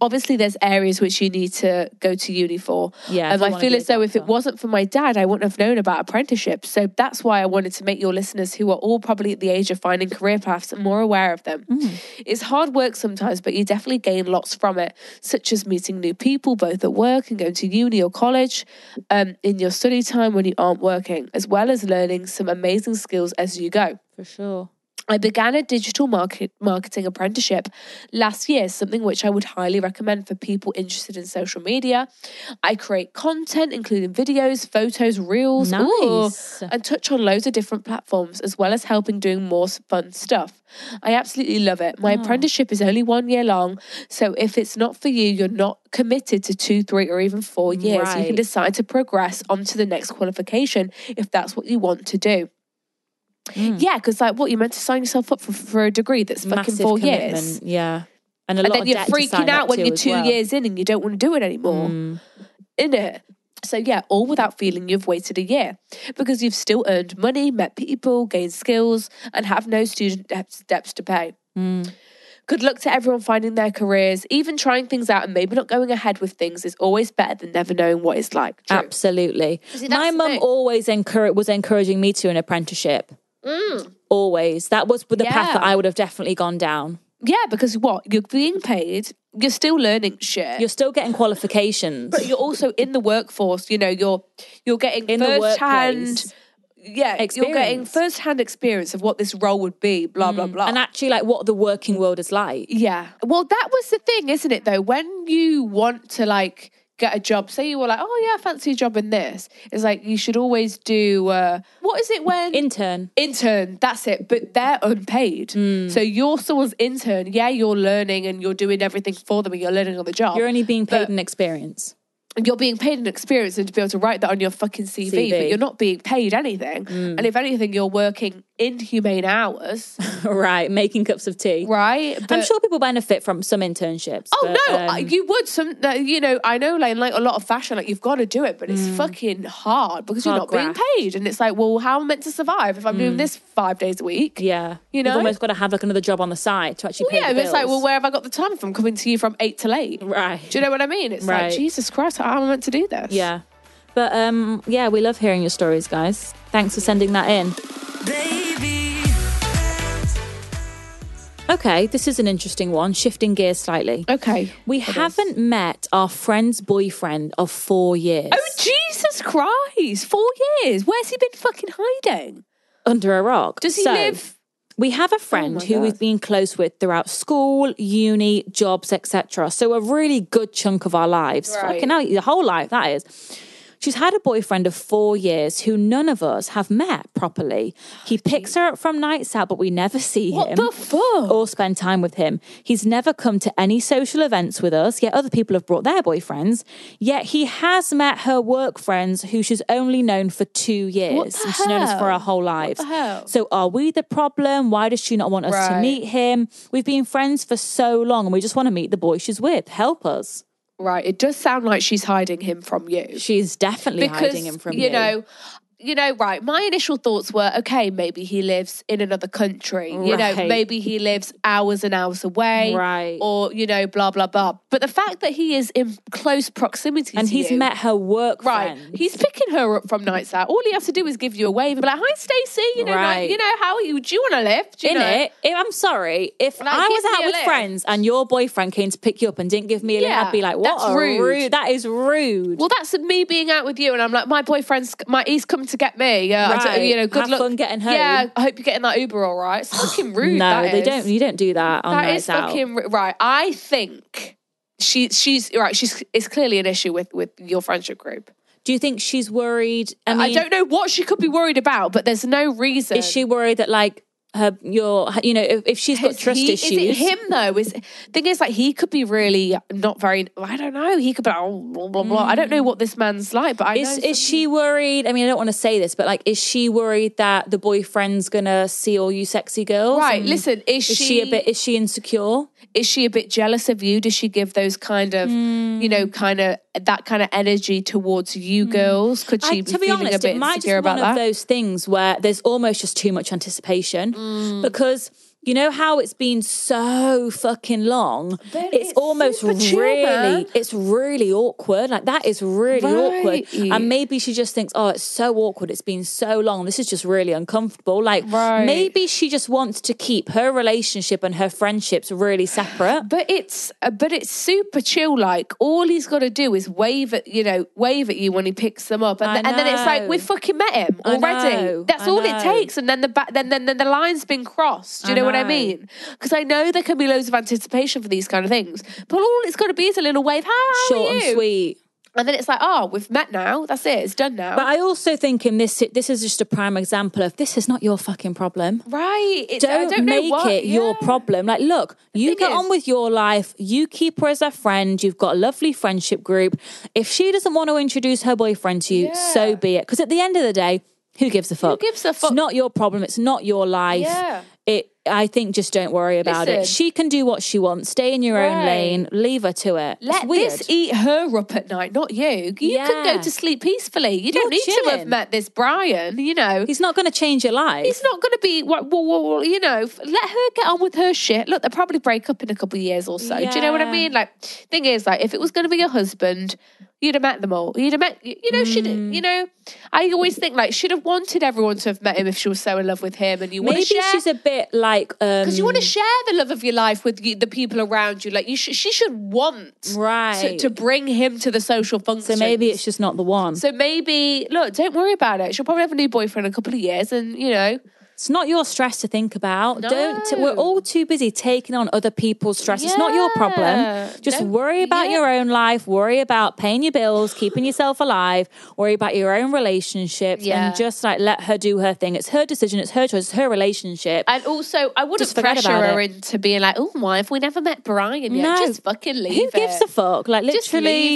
S2: obviously there's areas which you need to go to uni for.
S1: Yeah, if
S2: And
S1: you
S2: I
S1: wanna
S2: feel
S1: be a
S2: as though if it
S1: doctor.
S2: wasn't for my dad, I wouldn't have known about apprenticeships. So that's why I wanted to make your listeners who are all probably at the age of finding career paths more aware of them.
S1: Mm.
S2: It's hard work sometimes, but you definitely gain lots from it, such as meeting new people both at work and going to uni or college, um, in your study time when you aren't working, as well as learning some amazing skills as you go.
S1: For sure.
S2: I began a digital market, marketing apprenticeship last year, something which I would highly recommend for people interested in social media. I create content, including videos, photos, reels,
S1: Nice.
S2: and touch on loads of different platforms, as well as helping doing more s- fun stuff. I absolutely love it.
S1: Hmm.
S2: My apprenticeship is only one year long, so if it's not for you, you're not committed to two, three, or even four years. You can
S1: Right.
S2: decide to progress onto the next qualification if that's what you want to do.
S1: Hmm.
S2: Yeah, because like, what you're meant to sign yourself up for, for a degree that's fucking
S1: Massive
S2: four
S1: commitment.
S2: years,
S1: Yeah. And a
S2: and
S1: lot
S2: then
S1: of
S2: you're
S1: debt to sign
S2: freaking
S1: up
S2: out when
S1: to
S2: you're
S1: as
S2: two
S1: well. Hmm.
S2: years in and you don't want to do it anymore, in it. So yeah, all without feeling you've waited a year because you've still earned money, met people, gained skills, and have no student debts, debts to pay.
S1: Hmm.
S2: Good luck to everyone finding their careers, even trying things out and maybe not going ahead with things is always better than never knowing what it's like. True.
S1: Absolutely.
S2: See, that's
S1: My
S2: the
S1: mum
S2: thing.
S1: always encourage, was encouraging me to an apprenticeship. Always. That was the path
S2: Mm. Yeah.
S1: that I would have definitely gone down.
S2: Yeah, because what you're being paid, you're still learning shit.
S1: You're still getting qualifications.
S2: but you're also in the workforce. You know, you're you're getting
S1: In the
S2: first hand,
S1: workplace.
S2: yeah, you're getting
S1: Experience.
S2: first hand experience of what this role would be. Blah blah blah.
S1: and actually, like what the working world is like.
S2: yeah, Mm. well, that was the thing, isn't it? Though, when you want to like get a job, say you were like, oh yeah, I fancy a job in this. It's like you should always do. Uh, what is it when
S1: Intern.
S2: intern that's it but they're unpaid so you're someone's intern yeah you're learning and you're doing everything for them and you're learning on the job
S1: You're only being paid
S2: But-
S1: an experience. *laughs*
S2: you're being paid an experience and to be able to write that on your fucking CV, but
S1: CV.
S2: you're not being paid anything.
S1: Mm.
S2: And if anything, you're working inhumane hours, *laughs*
S1: right. Making cups of tea.
S2: right?
S1: I'm
S2: But-
S1: sure people benefit from some internships.
S2: Oh
S1: but,
S2: no, I-
S1: um,
S2: you would some. that- You know, I know, like, like a lot of fashion, like you've got to do it, but it's fucking hard because you're
S1: Mm. Hard
S2: not
S1: graft. Mm.
S2: being paid, and it's like, well, how am I meant to survive if I'm doing this five days a week?
S1: yeah.
S2: you know?
S1: You've almost got to have like another job on the side to actually
S2: Well,
S1: pay
S2: yeah,
S1: the
S2: but
S1: bills.
S2: it's like, well, where have I got the time if I'm coming to you from eight to eight?
S1: Right.
S2: Do you know what I mean? It's
S1: Right.
S2: like Jesus Christ, how am I meant to do this?
S1: Yeah. But um, yeah, we love hearing your stories, guys. Thanks for sending that in.
S3: Baby.
S1: Okay, this is an interesting one, shifting gears slightly.
S2: Okay.
S1: We haven't met our friend's boyfriend of four years
S2: Oh Jesus Christ! Four years. Where's he been fucking hiding?
S1: under a rock.
S2: Does he
S1: So,
S2: live? Oh
S1: We have a friend
S2: my
S1: who we've
S2: God.
S1: been close with throughout school, uni, jobs, etc. So a really good chunk of our lives.
S2: Right.
S1: Fucking hell, the whole life that is. She's had a boyfriend of four years who none of us have met properly. He picks her up from nights out, but we never see
S2: What
S1: him.
S2: the fuck?
S1: Or spend time with him. He's never come to any social events with us, yet other people have brought their boyfriends. Yet he has met her work friends who she's only known for two years.
S2: the
S1: and she's known us for
S2: hell?
S1: our whole lives.
S2: hell?
S1: So are we the problem? Why does she not want us to
S2: Right.
S1: meet him? We've been friends for so long and we just want to meet the boy she's with. Help us.
S2: Right. It does sound like she's hiding him from you.
S1: She's definitely hiding him from you.
S2: you know, you know, right. My initial thoughts were, okay, maybe he lives in another country. You know,
S1: Right.
S2: maybe he lives hours and hours away.
S1: Right.
S2: Or you know, blah blah blah. But the fact that he is in close proximity
S1: and
S2: to
S1: he's
S2: you-
S1: met her work
S2: Right,
S1: friend.
S2: he's picking her up from nights out. All he has to do is give you a wave and be like, "Hi, Stacey. You know, like,
S1: Right.
S2: you know, how are you? Do you want to live? Do you
S1: in
S2: know?
S1: it, if, I'm sorry, if
S2: Like,
S1: I
S2: give
S1: was
S2: me
S1: out
S2: a
S1: with
S2: lift.
S1: friends and your boyfriend came to pick you up and didn't give me a lift,
S2: Yeah,
S1: I'd be like, what
S2: that's
S1: a
S2: rude.
S1: rude. That is rude.
S2: Well, that's me being out with you, and I'm like, my boyfriend's, my he's come to to get me. Yeah, I don't-
S1: Right.
S2: you know, good
S1: Have
S2: luck
S1: fun getting home.
S2: Yeah, I hope you're getting that Uber all right.
S1: *gasps*
S2: It's fucking rude.
S1: no,
S2: that
S1: they
S2: is.
S1: don't. You don't do that on
S2: That
S1: nights
S2: is fucking
S1: out.
S2: ri- right. I think she she's right. She's it's clearly an issue with with your friendship group.
S1: Do you think she's worried? I
S2: I,
S1: mean,
S2: don't know what she could be worried about, but there's no reason.
S1: Is she worried that like her your you know if, if she's got
S2: Is
S1: trust
S2: he-
S1: issues?
S2: Is it him though? Is thing is like he could be really not very. I don't know. He could be like, oh, blah blah blah. I don't know what this man's like, but I
S1: Is,
S2: know
S1: is she worried? I mean, I don't want to say this, but like, is she worried that the boyfriend's gonna see all you sexy girls?
S2: Right,
S1: And
S2: listen, is
S1: is she a
S2: she-
S1: bit? Is she insecure?
S2: is she a bit jealous of you? Does she give those kind of, you
S1: Hmm.
S2: know, kind of that kind of energy towards you girls? Could she
S1: I-
S2: be,
S1: to be
S2: feeling
S1: honest,
S2: a bit
S1: it might just be
S2: insecure about
S1: one of
S2: that?
S1: those things where there's almost just too much anticipation
S2: Mm.
S1: because you know how it's been so fucking long. it's,
S2: it's
S1: almost
S2: super chill,
S1: really,
S2: man.
S1: it's really awkward. Like that is really awkward,
S2: Right.
S1: and maybe she just thinks, oh, it's so awkward. It's been so long. This is just really uncomfortable. Like
S2: Right.
S1: maybe she just wants to keep her relationship and her friendships really separate.
S2: But it's uh, but it's super chill. Like all he's got to do is wave at you know wave at you when he picks them up, and,
S1: I
S2: th- and then it's
S1: know.
S2: like we fucking met him
S1: I
S2: already.
S1: know,
S2: That's
S1: I
S2: all
S1: know.
S2: it takes, and then the ba- then then then the line's been crossed. Do
S1: I
S2: you know, what I
S1: know.
S2: mean? Because I know there can be loads of anticipation for these kind of things, but all it's got to be is a little wave. Hi, How
S1: Short
S2: are you?
S1: and sweet.
S2: And then it's like, oh, we've met now. That's it. It's done now.
S1: But I also think in this, this is just a prime example of this is not your fucking problem.
S2: right. It's, I
S1: don't,
S2: don't know
S1: make
S2: what-
S1: it your
S2: Yeah.
S1: problem. Like, look, you
S2: thing
S1: get
S2: is-
S1: on with your life. You keep her as a friend. You've got a lovely friendship group. If she doesn't want to introduce her boyfriend to you, so
S2: Yeah.
S1: be it. Because at the end of the day, who gives a fuck?
S2: gives a
S1: It's
S2: fuck?
S1: not your problem. It's not your life.
S2: Yeah.
S1: It. I think just don't worry about it.
S2: Listen.
S1: She can do what she wants. Stay in your own
S2: Right.
S1: lane. Leave her to it. It's
S2: Let
S1: weird.
S2: this e- eat her up at night, not you. You can
S1: Yeah.
S2: go to sleep peacefully. You don't
S1: You're
S2: need to
S1: chilling.
S2: have met this Brian, you know.
S1: He's not going to change your life.
S2: He's not going to be, wha- wha- wha- wha- you know, f- let her get on with her shit. Look, they'll probably break up in a couple of years or so. Do you know what
S1: Yeah.
S2: I mean? Like, thing is, like, if it was going to be your husband, you'd have met them all. You'd have met, you you know, she'd,
S1: Mm.
S2: you know, I always think, like, she'd have wanted everyone to have met him if she was so in love with him and you want
S1: Maybe
S2: to share.
S1: she's a bit like um,
S2: Because you want to share the love of your life with you, the people around you. Like you, sh- she should want
S1: Right.
S2: to, to bring him to the social
S1: So
S2: function.
S1: maybe it's just not the one.
S2: so maybe look, don't worry about it. She'll probably have a new boyfriend in a couple of years, and you know,
S1: It's not your stress to think about. Don't.
S2: No.
S1: We're all too busy taking on other people's stress. It's not your problem.
S2: Yeah.
S1: Just
S2: Don't-
S1: worry about
S2: yeah.
S1: your own life. Worry about paying your bills, keeping yourself alive. Worry about your own relationships,
S2: Yeah.
S1: and just like let her do her thing. It's her decision. It's her choice. It's her relationship.
S2: and also I wouldn't
S1: Just forget
S2: pressure
S1: about
S2: her
S1: it.
S2: into being like, oh, why have we never met Brian yet?
S1: No.
S2: Just fucking leave.
S1: Who gives
S2: it.
S1: a fuck? Like literally,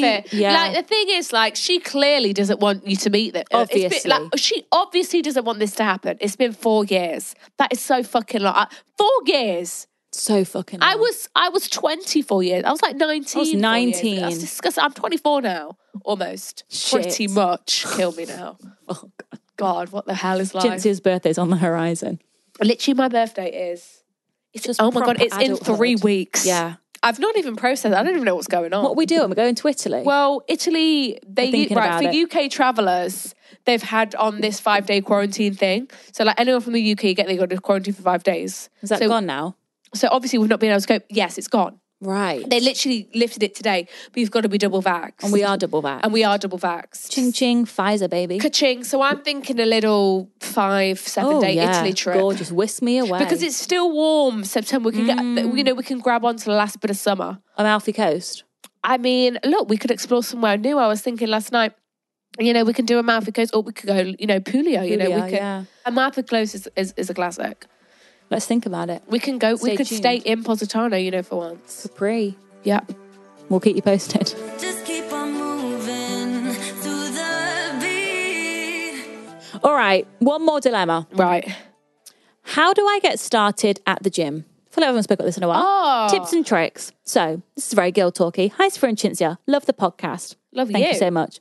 S2: Just leave it.
S1: yeah.
S2: Like the thing is, like she clearly doesn't want you to meet them. It's been-
S1: Obviously.
S2: like she obviously doesn't want this to happen. It's been four years. That is so fucking long. I- Four years.
S1: so fucking.
S2: I
S1: long.
S2: was I was 24 years. I was like 19.
S1: I was
S2: four years ago.
S1: 19.
S2: That's disgusting. I'm 24 now, almost.
S1: Shit.
S2: Pretty much. Kill me now. *laughs*
S1: Oh, God.
S2: God, what the hell is life?
S1: Jinxia's birthday's on the horizon.
S2: Literally, my birthday is. It's
S1: Just
S2: oh my god!
S1: proper
S2: It's in
S1: adulthood.
S2: three weeks.
S1: Yeah.
S2: I've not even processed. I don't even know what's going on.
S1: What are we doing? We're going to Italy.
S2: Well, Italy, they
S1: thinking about
S2: right for
S1: it.
S2: UK travellers, they've had on this five day quarantine thing. So like anyone from the UK, get they got to quarantine for five days.
S1: is that
S2: so,
S1: gone now?
S2: So obviously we've not been able to go. Yes, it's gone.
S1: Right.
S2: They literally lifted it today, but you've got to be double vaxxed.
S1: and we are double back.
S2: and we are double vaxxed.
S1: ching ching Pfizer baby.
S2: Ka-ching. So I'm thinking a little five, seven
S1: Oh,
S2: day
S1: yeah.
S2: Italy trip.
S1: Gorgeous. Whisk me away.
S2: Because it's still warm September. We can get
S1: Mm.
S2: you know, we can grab onto the last bit of summer.
S1: Amalfi Coast.
S2: I mean, look, we could explore somewhere new. I was thinking last night, you know, we can do Amalfi Coast or oh, we could go, you know, Puglia, you know, we
S1: Puglia,
S2: could
S1: yeah.
S2: Amalfi Coast is, is, is a classic.
S1: Let's think about it.
S2: We can go
S1: Stay
S2: we could
S1: tuned.
S2: stay in Positano, you know, for once.
S1: Capri.
S2: Yep.
S1: We'll keep you posted. *laughs*
S3: Just keep on moving to the beat.
S1: All right. One more dilemma.
S2: Right.
S1: How do I get started at the gym? I feel like I haven't spoken about this in a while.
S2: Oh.
S1: Tips and tricks. So, this is very girl talky. Hi, Safira and Cinzia. Love the podcast.
S2: Love
S1: Thank you.
S2: you.
S1: so much.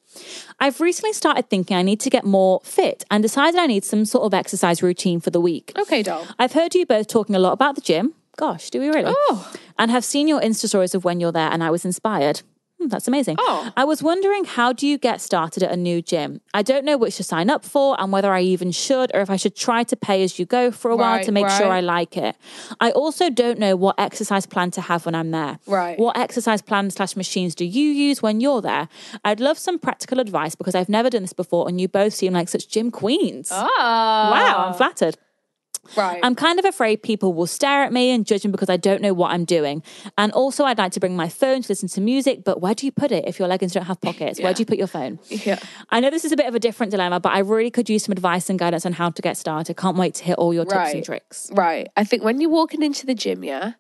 S1: I've recently started thinking I need to get more fit and decided I need some sort of exercise routine for the week.
S2: Okay, doll.
S1: I've heard you both talking a lot about the gym. Gosh, do we really?
S2: Oh.
S1: And have seen your Insta stories of when you're there, and I was inspired. Hmm, That's amazing.
S2: Oh.
S1: I was wondering how do you get started at a new gym? I don't know which to sign up for and whether I even should or if I should try to pay as you go for a while to
S2: Right,
S1: make sure
S2: right.
S1: I like it. I also don't know what exercise plan to have when I'm there.
S2: Right.
S1: What exercise plan slash machines do you use when you're there? I'd love some practical advice because I've never done this before and you both seem like such gym queens.
S2: Oh.
S1: Wow, I'm flattered.
S2: Right.
S1: Ah. I'm kind of afraid people will stare at me and judge me because I don't know what I'm doing. And also, I'd like to bring my phone to listen to music, but where do you put it if your leggings don't have pockets? Where do you put your phone?
S2: Yeah.
S1: I know this is a bit of a different dilemma, but I really could use some advice and guidance on how to get started. Can't wait to hear all your tips and
S2: Right.
S1: tricks.
S2: Right. I think when you're walking into the gym, yeah,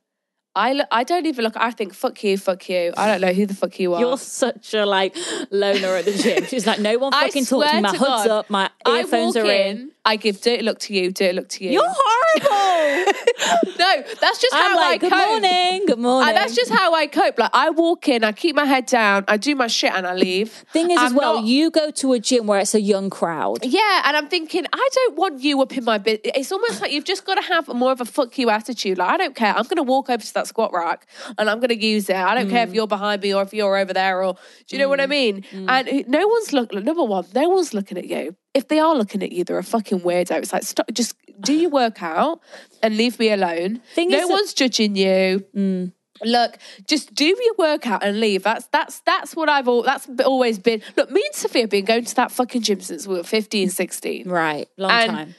S2: I look, I don't even look. I think fuck you, fuck you. I don't know who the fuck you are.
S1: You're such a like loner at the gym. She's like, no one
S2: I
S1: fucking talks to me.
S2: swear
S1: My
S2: to
S1: hood's
S2: God,
S1: up, my
S2: I
S1: earphones
S2: walk
S1: are in.
S2: I give dirty look to you, dirty look to you.
S1: You're horrible.
S2: *laughs* no, that's just
S1: I'm
S2: how I
S1: like, good
S2: cope.
S1: morning, good morning.
S2: Uh, that's just how I cope. Like I walk in, I keep my head down, I do my shit, and I leave.
S1: thing is as
S2: I'm
S1: well.
S2: not-
S1: You go to a gym where it's a young crowd.
S2: Yeah, and I'm thinking, I don't want you up in my business. It's almost like you've just got to have more of a fuck you attitude. Like, I don't care. I'm going to walk over to that squat rack and I'm going to use it. I don't
S1: Mm.
S2: care if you're behind me or if you're over there or do you know what I mean? And it- no one's looking, number one, no one's looking at you. If they are looking at you, they're a fucking weirdo. It's like, stop, just do your workout and leave me alone.
S1: Thing
S2: no
S1: is that-
S2: one's judging you. Look, just do your workout and leave. That's that's that's what I've all that's b- always been. Look, me and Sophia have been going to that fucking gym since we were 15, 16.
S1: Right, long
S2: And-
S1: time.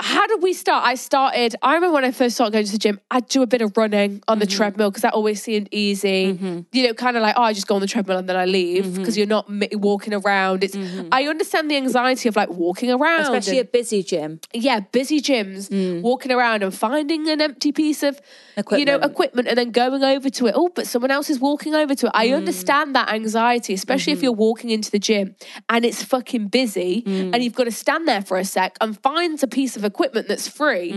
S2: How did we start? I started, I remember when I first started going to the gym, I'd do a bit of running on the
S1: Mm-hmm.
S2: treadmill because that always seemed easy. You know, kind of like, oh, I just go on the treadmill and then I leave
S1: Mm-hmm.
S2: because you're not mi- walking around. It's I understand the anxiety of like walking around.
S1: Especially a
S2: and-
S1: busy gym.
S2: yeah, busy gyms,
S1: Mm.
S2: walking around and finding an empty piece of you know
S1: Equipment.
S2: equipment and then going over to it. Oh, but someone else is walking over to it.
S1: Mm.
S2: I understand that anxiety, especially
S1: Mm-hmm.
S2: if you're walking into the gym and it's fucking busy
S1: Mm.
S2: and you've got to stand there for a sec and find a piece of equipment that's free.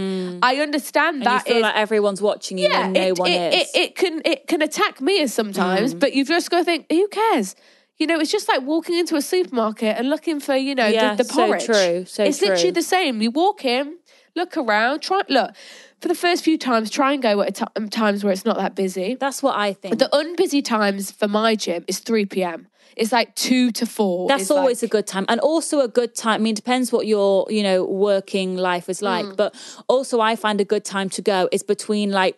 S2: I understand
S1: Mm. And
S2: that
S1: you feel
S2: is
S1: like everyone's watching you and no
S2: it,
S1: one
S2: it,
S1: is. Mm.
S2: It, it can it can attack me as sometimes, but you've just got to think, who cares? You know, it's just like walking into a supermarket and looking for you know
S1: Yeah,
S2: the, the
S1: so
S2: porridge.
S1: true, so
S2: it's
S1: true.
S2: literally the same. You walk in, look around, try look for the first few times. Try and go at a ti- times where it's not that busy.
S1: That's what I think.
S2: The unbusy times for my gym is three p.m. It's like two to four.
S1: That's
S2: is like-
S1: always a good time. And also a good time. I mean, it depends what your, you know, working life is like.
S2: Mm.
S1: But also I find a good time to go is between like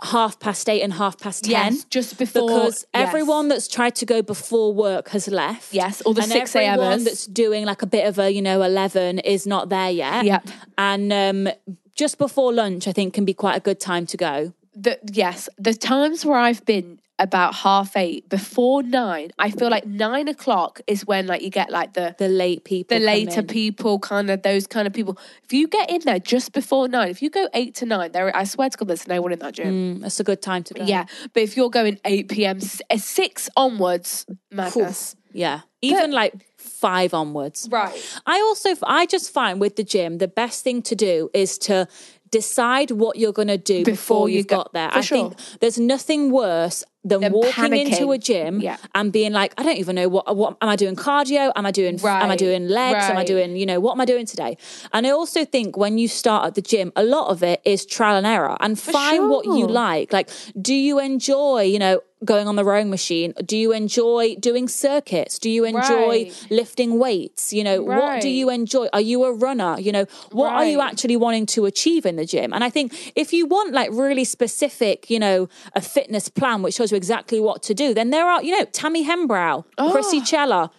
S1: half past eight and half past ten.
S2: Yes, just before-
S1: Because
S2: yes.
S1: everyone that's tried to go before work has left.
S2: Yes, all the
S1: and
S2: 6
S1: everyone
S2: AMers.
S1: that's doing like a bit of a, you know, eleven is not there yet.
S2: Yep.
S1: And um just before lunch, I think can be quite a good time to go.
S2: the yes, the times where I've been about half eight before nine, I feel like nine o'clock is when like you get like the
S1: The late people.
S2: the
S1: come
S2: later
S1: in.
S2: people, kind of those kind of people. If you get in there just before nine, if you go eight to nine, there I swear to God, there's no one in that gym.
S1: Mm, That's a good time to go.
S2: Yeah, but if you're going eight p.m. s- uh, six onwards, madness.
S1: Yeah. Even like five onwards.
S2: Right.
S1: I also, I just find with the gym, the best thing to do is to decide what you're going to do before,
S2: Before you
S1: you've
S2: go-
S1: got there.
S2: for
S1: I
S2: sure.
S1: think there's nothing worse than,
S2: Than
S1: walking into
S2: panicking.
S1: a gym
S2: Yeah.
S1: and being like, I don't even know what, what am I doing cardio? Am I doing, am I
S2: Right,
S1: doing legs? Am I
S2: right.
S1: doing, you know, what am I doing today? And I also think when you start at the gym, a lot of it is trial and error and find what you
S2: sure.
S1: like. Like, do you enjoy, you know, going on the rowing machine? Do you enjoy doing circuits? Do you enjoy
S2: Right.
S1: lifting weights? You know, what do
S2: Right.
S1: you enjoy? Are you a runner? You know, what are you
S2: Right.
S1: actually wanting to achieve in the gym? And I think if you want like really specific, you know, a fitness plan which shows you exactly what to do, then there are, you know, Tammy Hembrow, Chrissy Chella.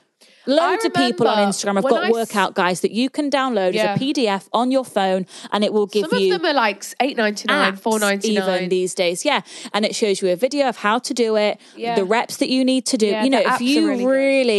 S1: Loads of people on
S2: Oh. remember
S1: Instagram have
S2: when
S1: got
S2: I s-
S1: workout guides that you can download
S2: Yeah.
S1: as a PDF on your phone, and it will give
S2: Some
S1: you
S2: of them are like eight ninety nine,
S1: apps
S2: four ninety
S1: even
S2: nine.
S1: these days. Yeah, and it shows you a video of how to do it,
S2: Yeah.
S1: the reps that you need to do.
S2: Yeah,
S1: you know,
S2: the
S1: if
S2: apps are
S1: you
S2: really
S1: really,
S2: good.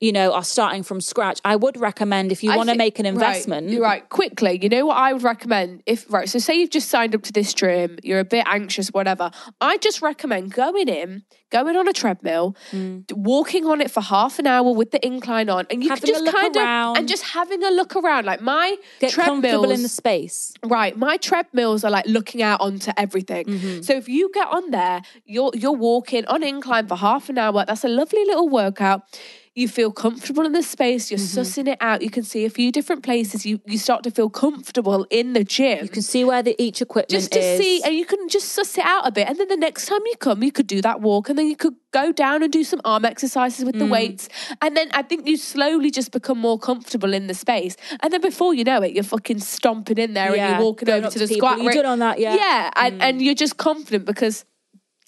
S1: you know, are starting from scratch, I would recommend if you
S2: I
S1: want to
S2: thi-
S1: make an
S2: right,
S1: investment.
S2: you're right, quickly. You know what I would recommend if right. So say you've just signed up to this gym, you're a bit anxious, whatever. I just recommend going in, going on a treadmill, d- walking on it for half an hour with the incline on, and you can
S1: Mm. Having a
S2: just
S1: look
S2: kind
S1: around.
S2: of and just having a look around. Like my
S1: Get comfortable in the
S2: treadmills,
S1: space.
S2: Right, my treadmills are like looking out onto everything. So if you get on there, you're you're walking on incline for half an hour. That's a lovely little workout. you feel comfortable in the space, you're sussing it out, you can see a few different places, you, you start to feel comfortable in the gym.
S1: You can see where the each equipment
S2: just to
S1: is.
S2: see, and you can just suss it out a bit. And then the next time you come, you could do that walk, and then you could go down and do some arm exercises with the
S1: Mm.
S2: weights. And then I think you slowly just become more comfortable in the space. And then before you know it, you're fucking stomping in there and
S1: Yeah,
S2: you're walking
S1: going
S2: over
S1: up
S2: to
S1: to
S2: the
S1: people.
S2: squat.
S1: You're
S2: rack.
S1: good on that, yeah. Mm.
S2: Yeah, and, and you're just confident because.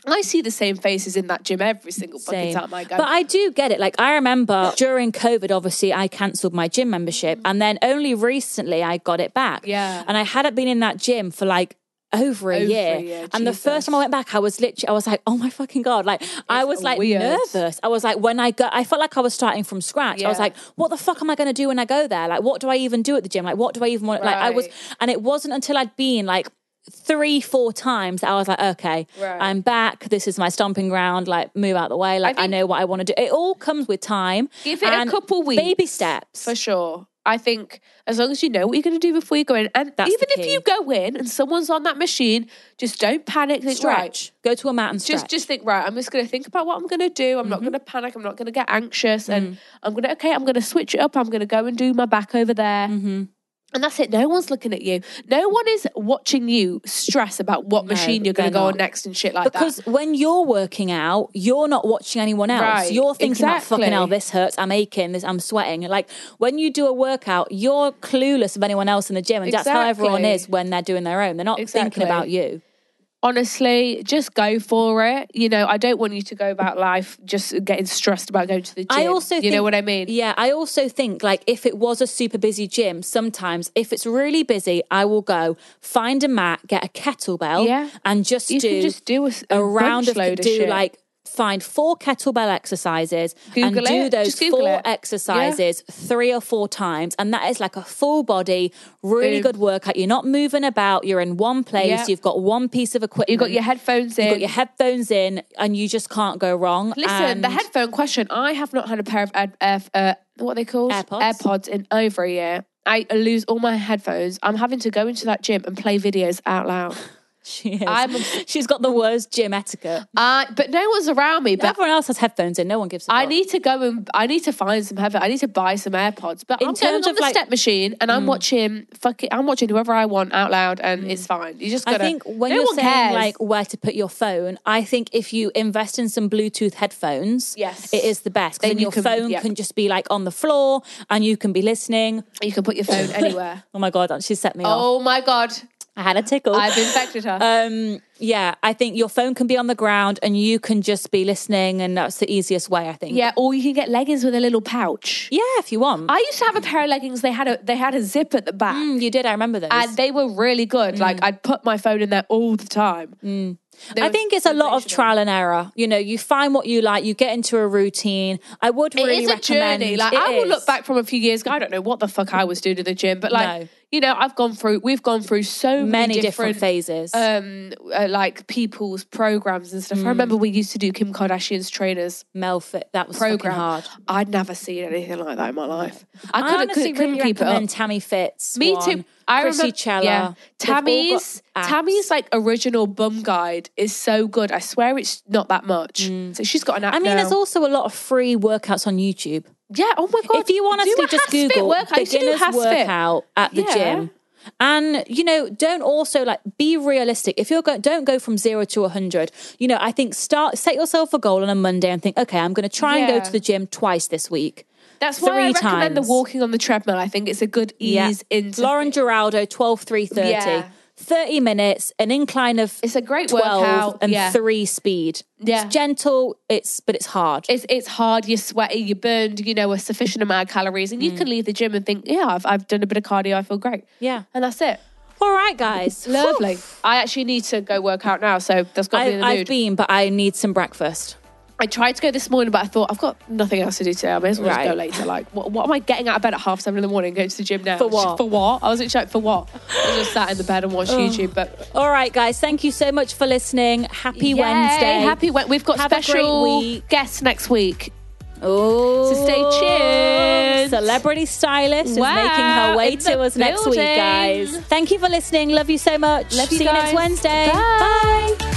S2: I see the same faces in that gym every single fucking
S1: Same.
S2: time I go.
S1: But I do get it. Like I
S2: *laughs*
S1: remember during COVID, obviously I cancelled my gym membership, and then only recently I got it back.
S2: Yeah.
S1: and I hadn't been in that gym for like. Over a
S2: Over a
S1: year.
S2: year,
S1: and the
S2: Jesus.
S1: first time I went back, I was literally, I was like, oh my fucking God. Like, I was like
S2: weird.
S1: nervous. I was like, when I go, I felt like I was starting from scratch. I was
S2: Yeah.
S1: like, what the fuck am I going to do when I go there? Like, what do I even do at the gym? Like, what do I even want? Like, I was,
S2: Right.
S1: and it wasn't until I'd been like three, four times that I was like, okay,
S2: Right.
S1: I'm back. This is my stomping ground. Like, move out the way. Like, I,
S2: think-
S1: know what I want to do. It all comes with time.
S2: Give it a
S1: and
S2: couple
S1: Baby
S2: weeks
S1: steps.
S2: For sure. I think as long as you know what you're going to do before you go in, and
S1: That's the
S2: even if
S1: key.
S2: you go in and someone's on that machine, just don't panic. Think,
S1: Stretch.
S2: Right,
S1: Go to a mat and stretch.
S2: just just think right i'm just going to think about what i'm going to do i'm
S1: Mm-hmm.
S2: not going to panic i'm not going to get anxious
S1: Mm.
S2: and i'm going to okay i'm going to switch it up i'm going to go and do my back over there
S1: Mm-hmm.
S2: and that's it no one's looking at you no one is watching you stress about what machine you're going to
S1: they're
S2: go on
S1: not.
S2: next and shit like
S1: because
S2: that
S1: when you're working out, you're not watching anyone else.
S2: Right,
S1: You're thinking about fucking hell,
S2: exactly.
S1: this hurts, I'm aching, this I'm sweating. Like when you do a workout, you're clueless of anyone else in the gym. And that's how everyone
S2: Exactly.
S1: is when they're doing their own. They're not
S2: Exactly.
S1: thinking about you.
S2: honestly just go for it you know i don't want you to go about life just getting stressed about going to the gym
S1: I also
S2: you
S1: think,
S2: know what i mean
S1: Yeah, I also think like if it was a super busy gym, sometimes if it's really busy, I will go find a mat, get a kettlebell,
S2: Yeah.
S1: and just
S2: You
S1: do
S2: can just do a s- a
S1: round
S2: bunch
S1: of
S2: load of
S1: do
S2: shit.
S1: like find four kettlebell exercises
S2: Google
S1: and do
S2: it.
S1: those
S2: Just Google
S1: four
S2: it. Yeah.
S1: exercises three or four times and that is like a full body really
S2: Boom.
S1: good workout you're not moving about you're in one place
S2: Yeah.
S1: you've got one piece of equipment
S2: you've got your headphones in
S1: mm-hmm. you've got your headphones in and you just can't go wrong
S2: Listen, the
S1: And-
S2: headphone question. I have not had a pair of ad, F- uh, what are they called
S1: AirPods.
S2: AirPods in over a year. I lose all my headphones. I'm having to go into that gym and play videos out
S1: *laughs*
S2: loud.
S1: She is.
S2: I'm-
S1: She's got the worst gym etiquette.
S2: I but no one's around me. But
S1: Everyone else has headphones in. No one gives. A
S2: I
S1: fuck.
S2: need to go and I need to find some heaven. I need to buy some AirPods. But
S1: In
S2: I'm going
S1: terms
S2: on
S1: of
S2: the
S1: like- Mm.
S2: step machine and I'm watching fucking. I'm watching whoever I want out loud and it's fine. You just
S1: I
S2: gotta.
S1: think when
S2: no
S1: you're
S2: one
S1: saying
S2: cares.
S1: like where to put your phone, I think if you invest in some Bluetooth headphones,
S2: Yes.
S1: it is the best. 'cause
S2: Then
S1: Then
S2: you
S1: your
S2: can-
S1: phone
S2: yeah.
S1: can just be like on the floor and you can be listening.
S2: you can put
S1: *laughs*
S2: your phone anywhere.
S1: Oh my god, she set me off.
S2: oh my god,
S1: I had a tickle.
S2: I've infected her.
S1: um, yeah, I think your phone can be on the ground and you can just be listening, and that's the easiest way. I think.
S2: yeah, or you can get leggings with a little pouch.
S1: Yeah, if you want.
S2: I used to have a pair of leggings. They had a they had a zip at the back,
S1: Mm, you did. I remember those.
S2: and they were really good. Like I'd put my phone in there all the time. They
S1: I
S2: were
S1: think it's a lot of
S2: sensational.
S1: trial and error. You know, you find what you like, you get into a routine. I would
S2: It is
S1: really
S2: a
S1: recommend.
S2: journey. Like
S1: It
S2: I will look
S1: is.
S2: back from a few years ago. I don't know what the fuck I was doing in the gym, but like
S1: No.
S2: you know, I've gone through. We've gone through so many,
S1: many different, phases.
S2: Um, uh, like people's programs and stuff. I remember we used to do Kim Kardashian's trainers
S1: Mel fit that was fucking
S2: program.
S1: hard.
S2: I'd never seen anything like that in my life.
S1: I,
S2: I couldn't,
S1: honestly
S2: couldn't
S1: really
S2: keep it up.
S1: recommend Tammy Fitz.
S2: Me
S1: one,
S2: too. I
S1: Chrissy
S2: remember.
S1: Chella.
S2: Yeah.
S1: They've all got
S2: Tammy's
S1: apps.
S2: Tammy's like original bum guide is so good. I swear it's not that much. So she's got an app.
S1: Mm. I mean,
S2: now.
S1: there's also a lot of free workouts on YouTube.
S2: yeah. Oh my god!
S1: if you want us
S2: do
S1: to
S2: a
S1: just
S2: Has Fit
S1: Google
S2: workout. I used to do
S1: beginners
S2: Has Fit.
S1: workout at the
S2: Yeah.
S1: gym. And you know, don't also like be realistic. If you're going, don't go from zero to hundred. You know, I think start set yourself a goal on a Monday and think, okay, I'm going to try and
S2: Yeah.
S1: go to the gym twice this week.
S2: That's why I
S1: three
S2: recommend the
S1: times.
S2: walking on the treadmill. I think it's a good ease into.
S1: Lauren Geraldo, 12, 3, 30.
S2: Yeah.
S1: 30 minutes, an incline of
S2: It's a great
S1: 12
S2: workout,
S1: and
S2: yeah.
S1: three speed.
S2: Yeah.
S1: It's gentle, it's but it's hard.
S2: it's it's hard. You're sweaty. You burned. You know a sufficient amount of calories,
S1: Mm.
S2: and you can leave the gym and think, yeah, I've I've done a bit of cardio. I feel great.
S1: yeah.
S2: And that's it.
S1: All right, guys.
S2: Lovely.
S1: Whew.
S2: I actually need to go work out now, so that's got to be in
S1: I,
S2: the mood.
S1: I've been, but I need some breakfast.
S2: I tried to go this morning, but I thought I've got nothing else to do today. I may as well
S1: Right.
S2: just go later. Like, what, what am I getting out of bed at half seven in the morning? and Go to the gym now
S1: For what?
S2: For what? I was actually like, for what? I just sat in the bed and watched YouTube. But
S1: All right, guys. Thank you so much for listening. Happy
S2: Yay,
S1: Wednesday.
S2: happy Wednesday. We've got
S1: Have a great
S2: special
S1: week.
S2: guests next week.
S1: Oh,
S2: So stay tuned.
S1: Celebrity stylist
S2: Wow,
S1: is making her way
S2: in the
S1: to us next week,
S2: building.
S1: guys. Thank you for listening. Love you so much.
S2: Love you
S1: See
S2: guys.
S1: you next Wednesday.
S2: Bye.
S1: Bye.
S3: Dance, yeah, dance.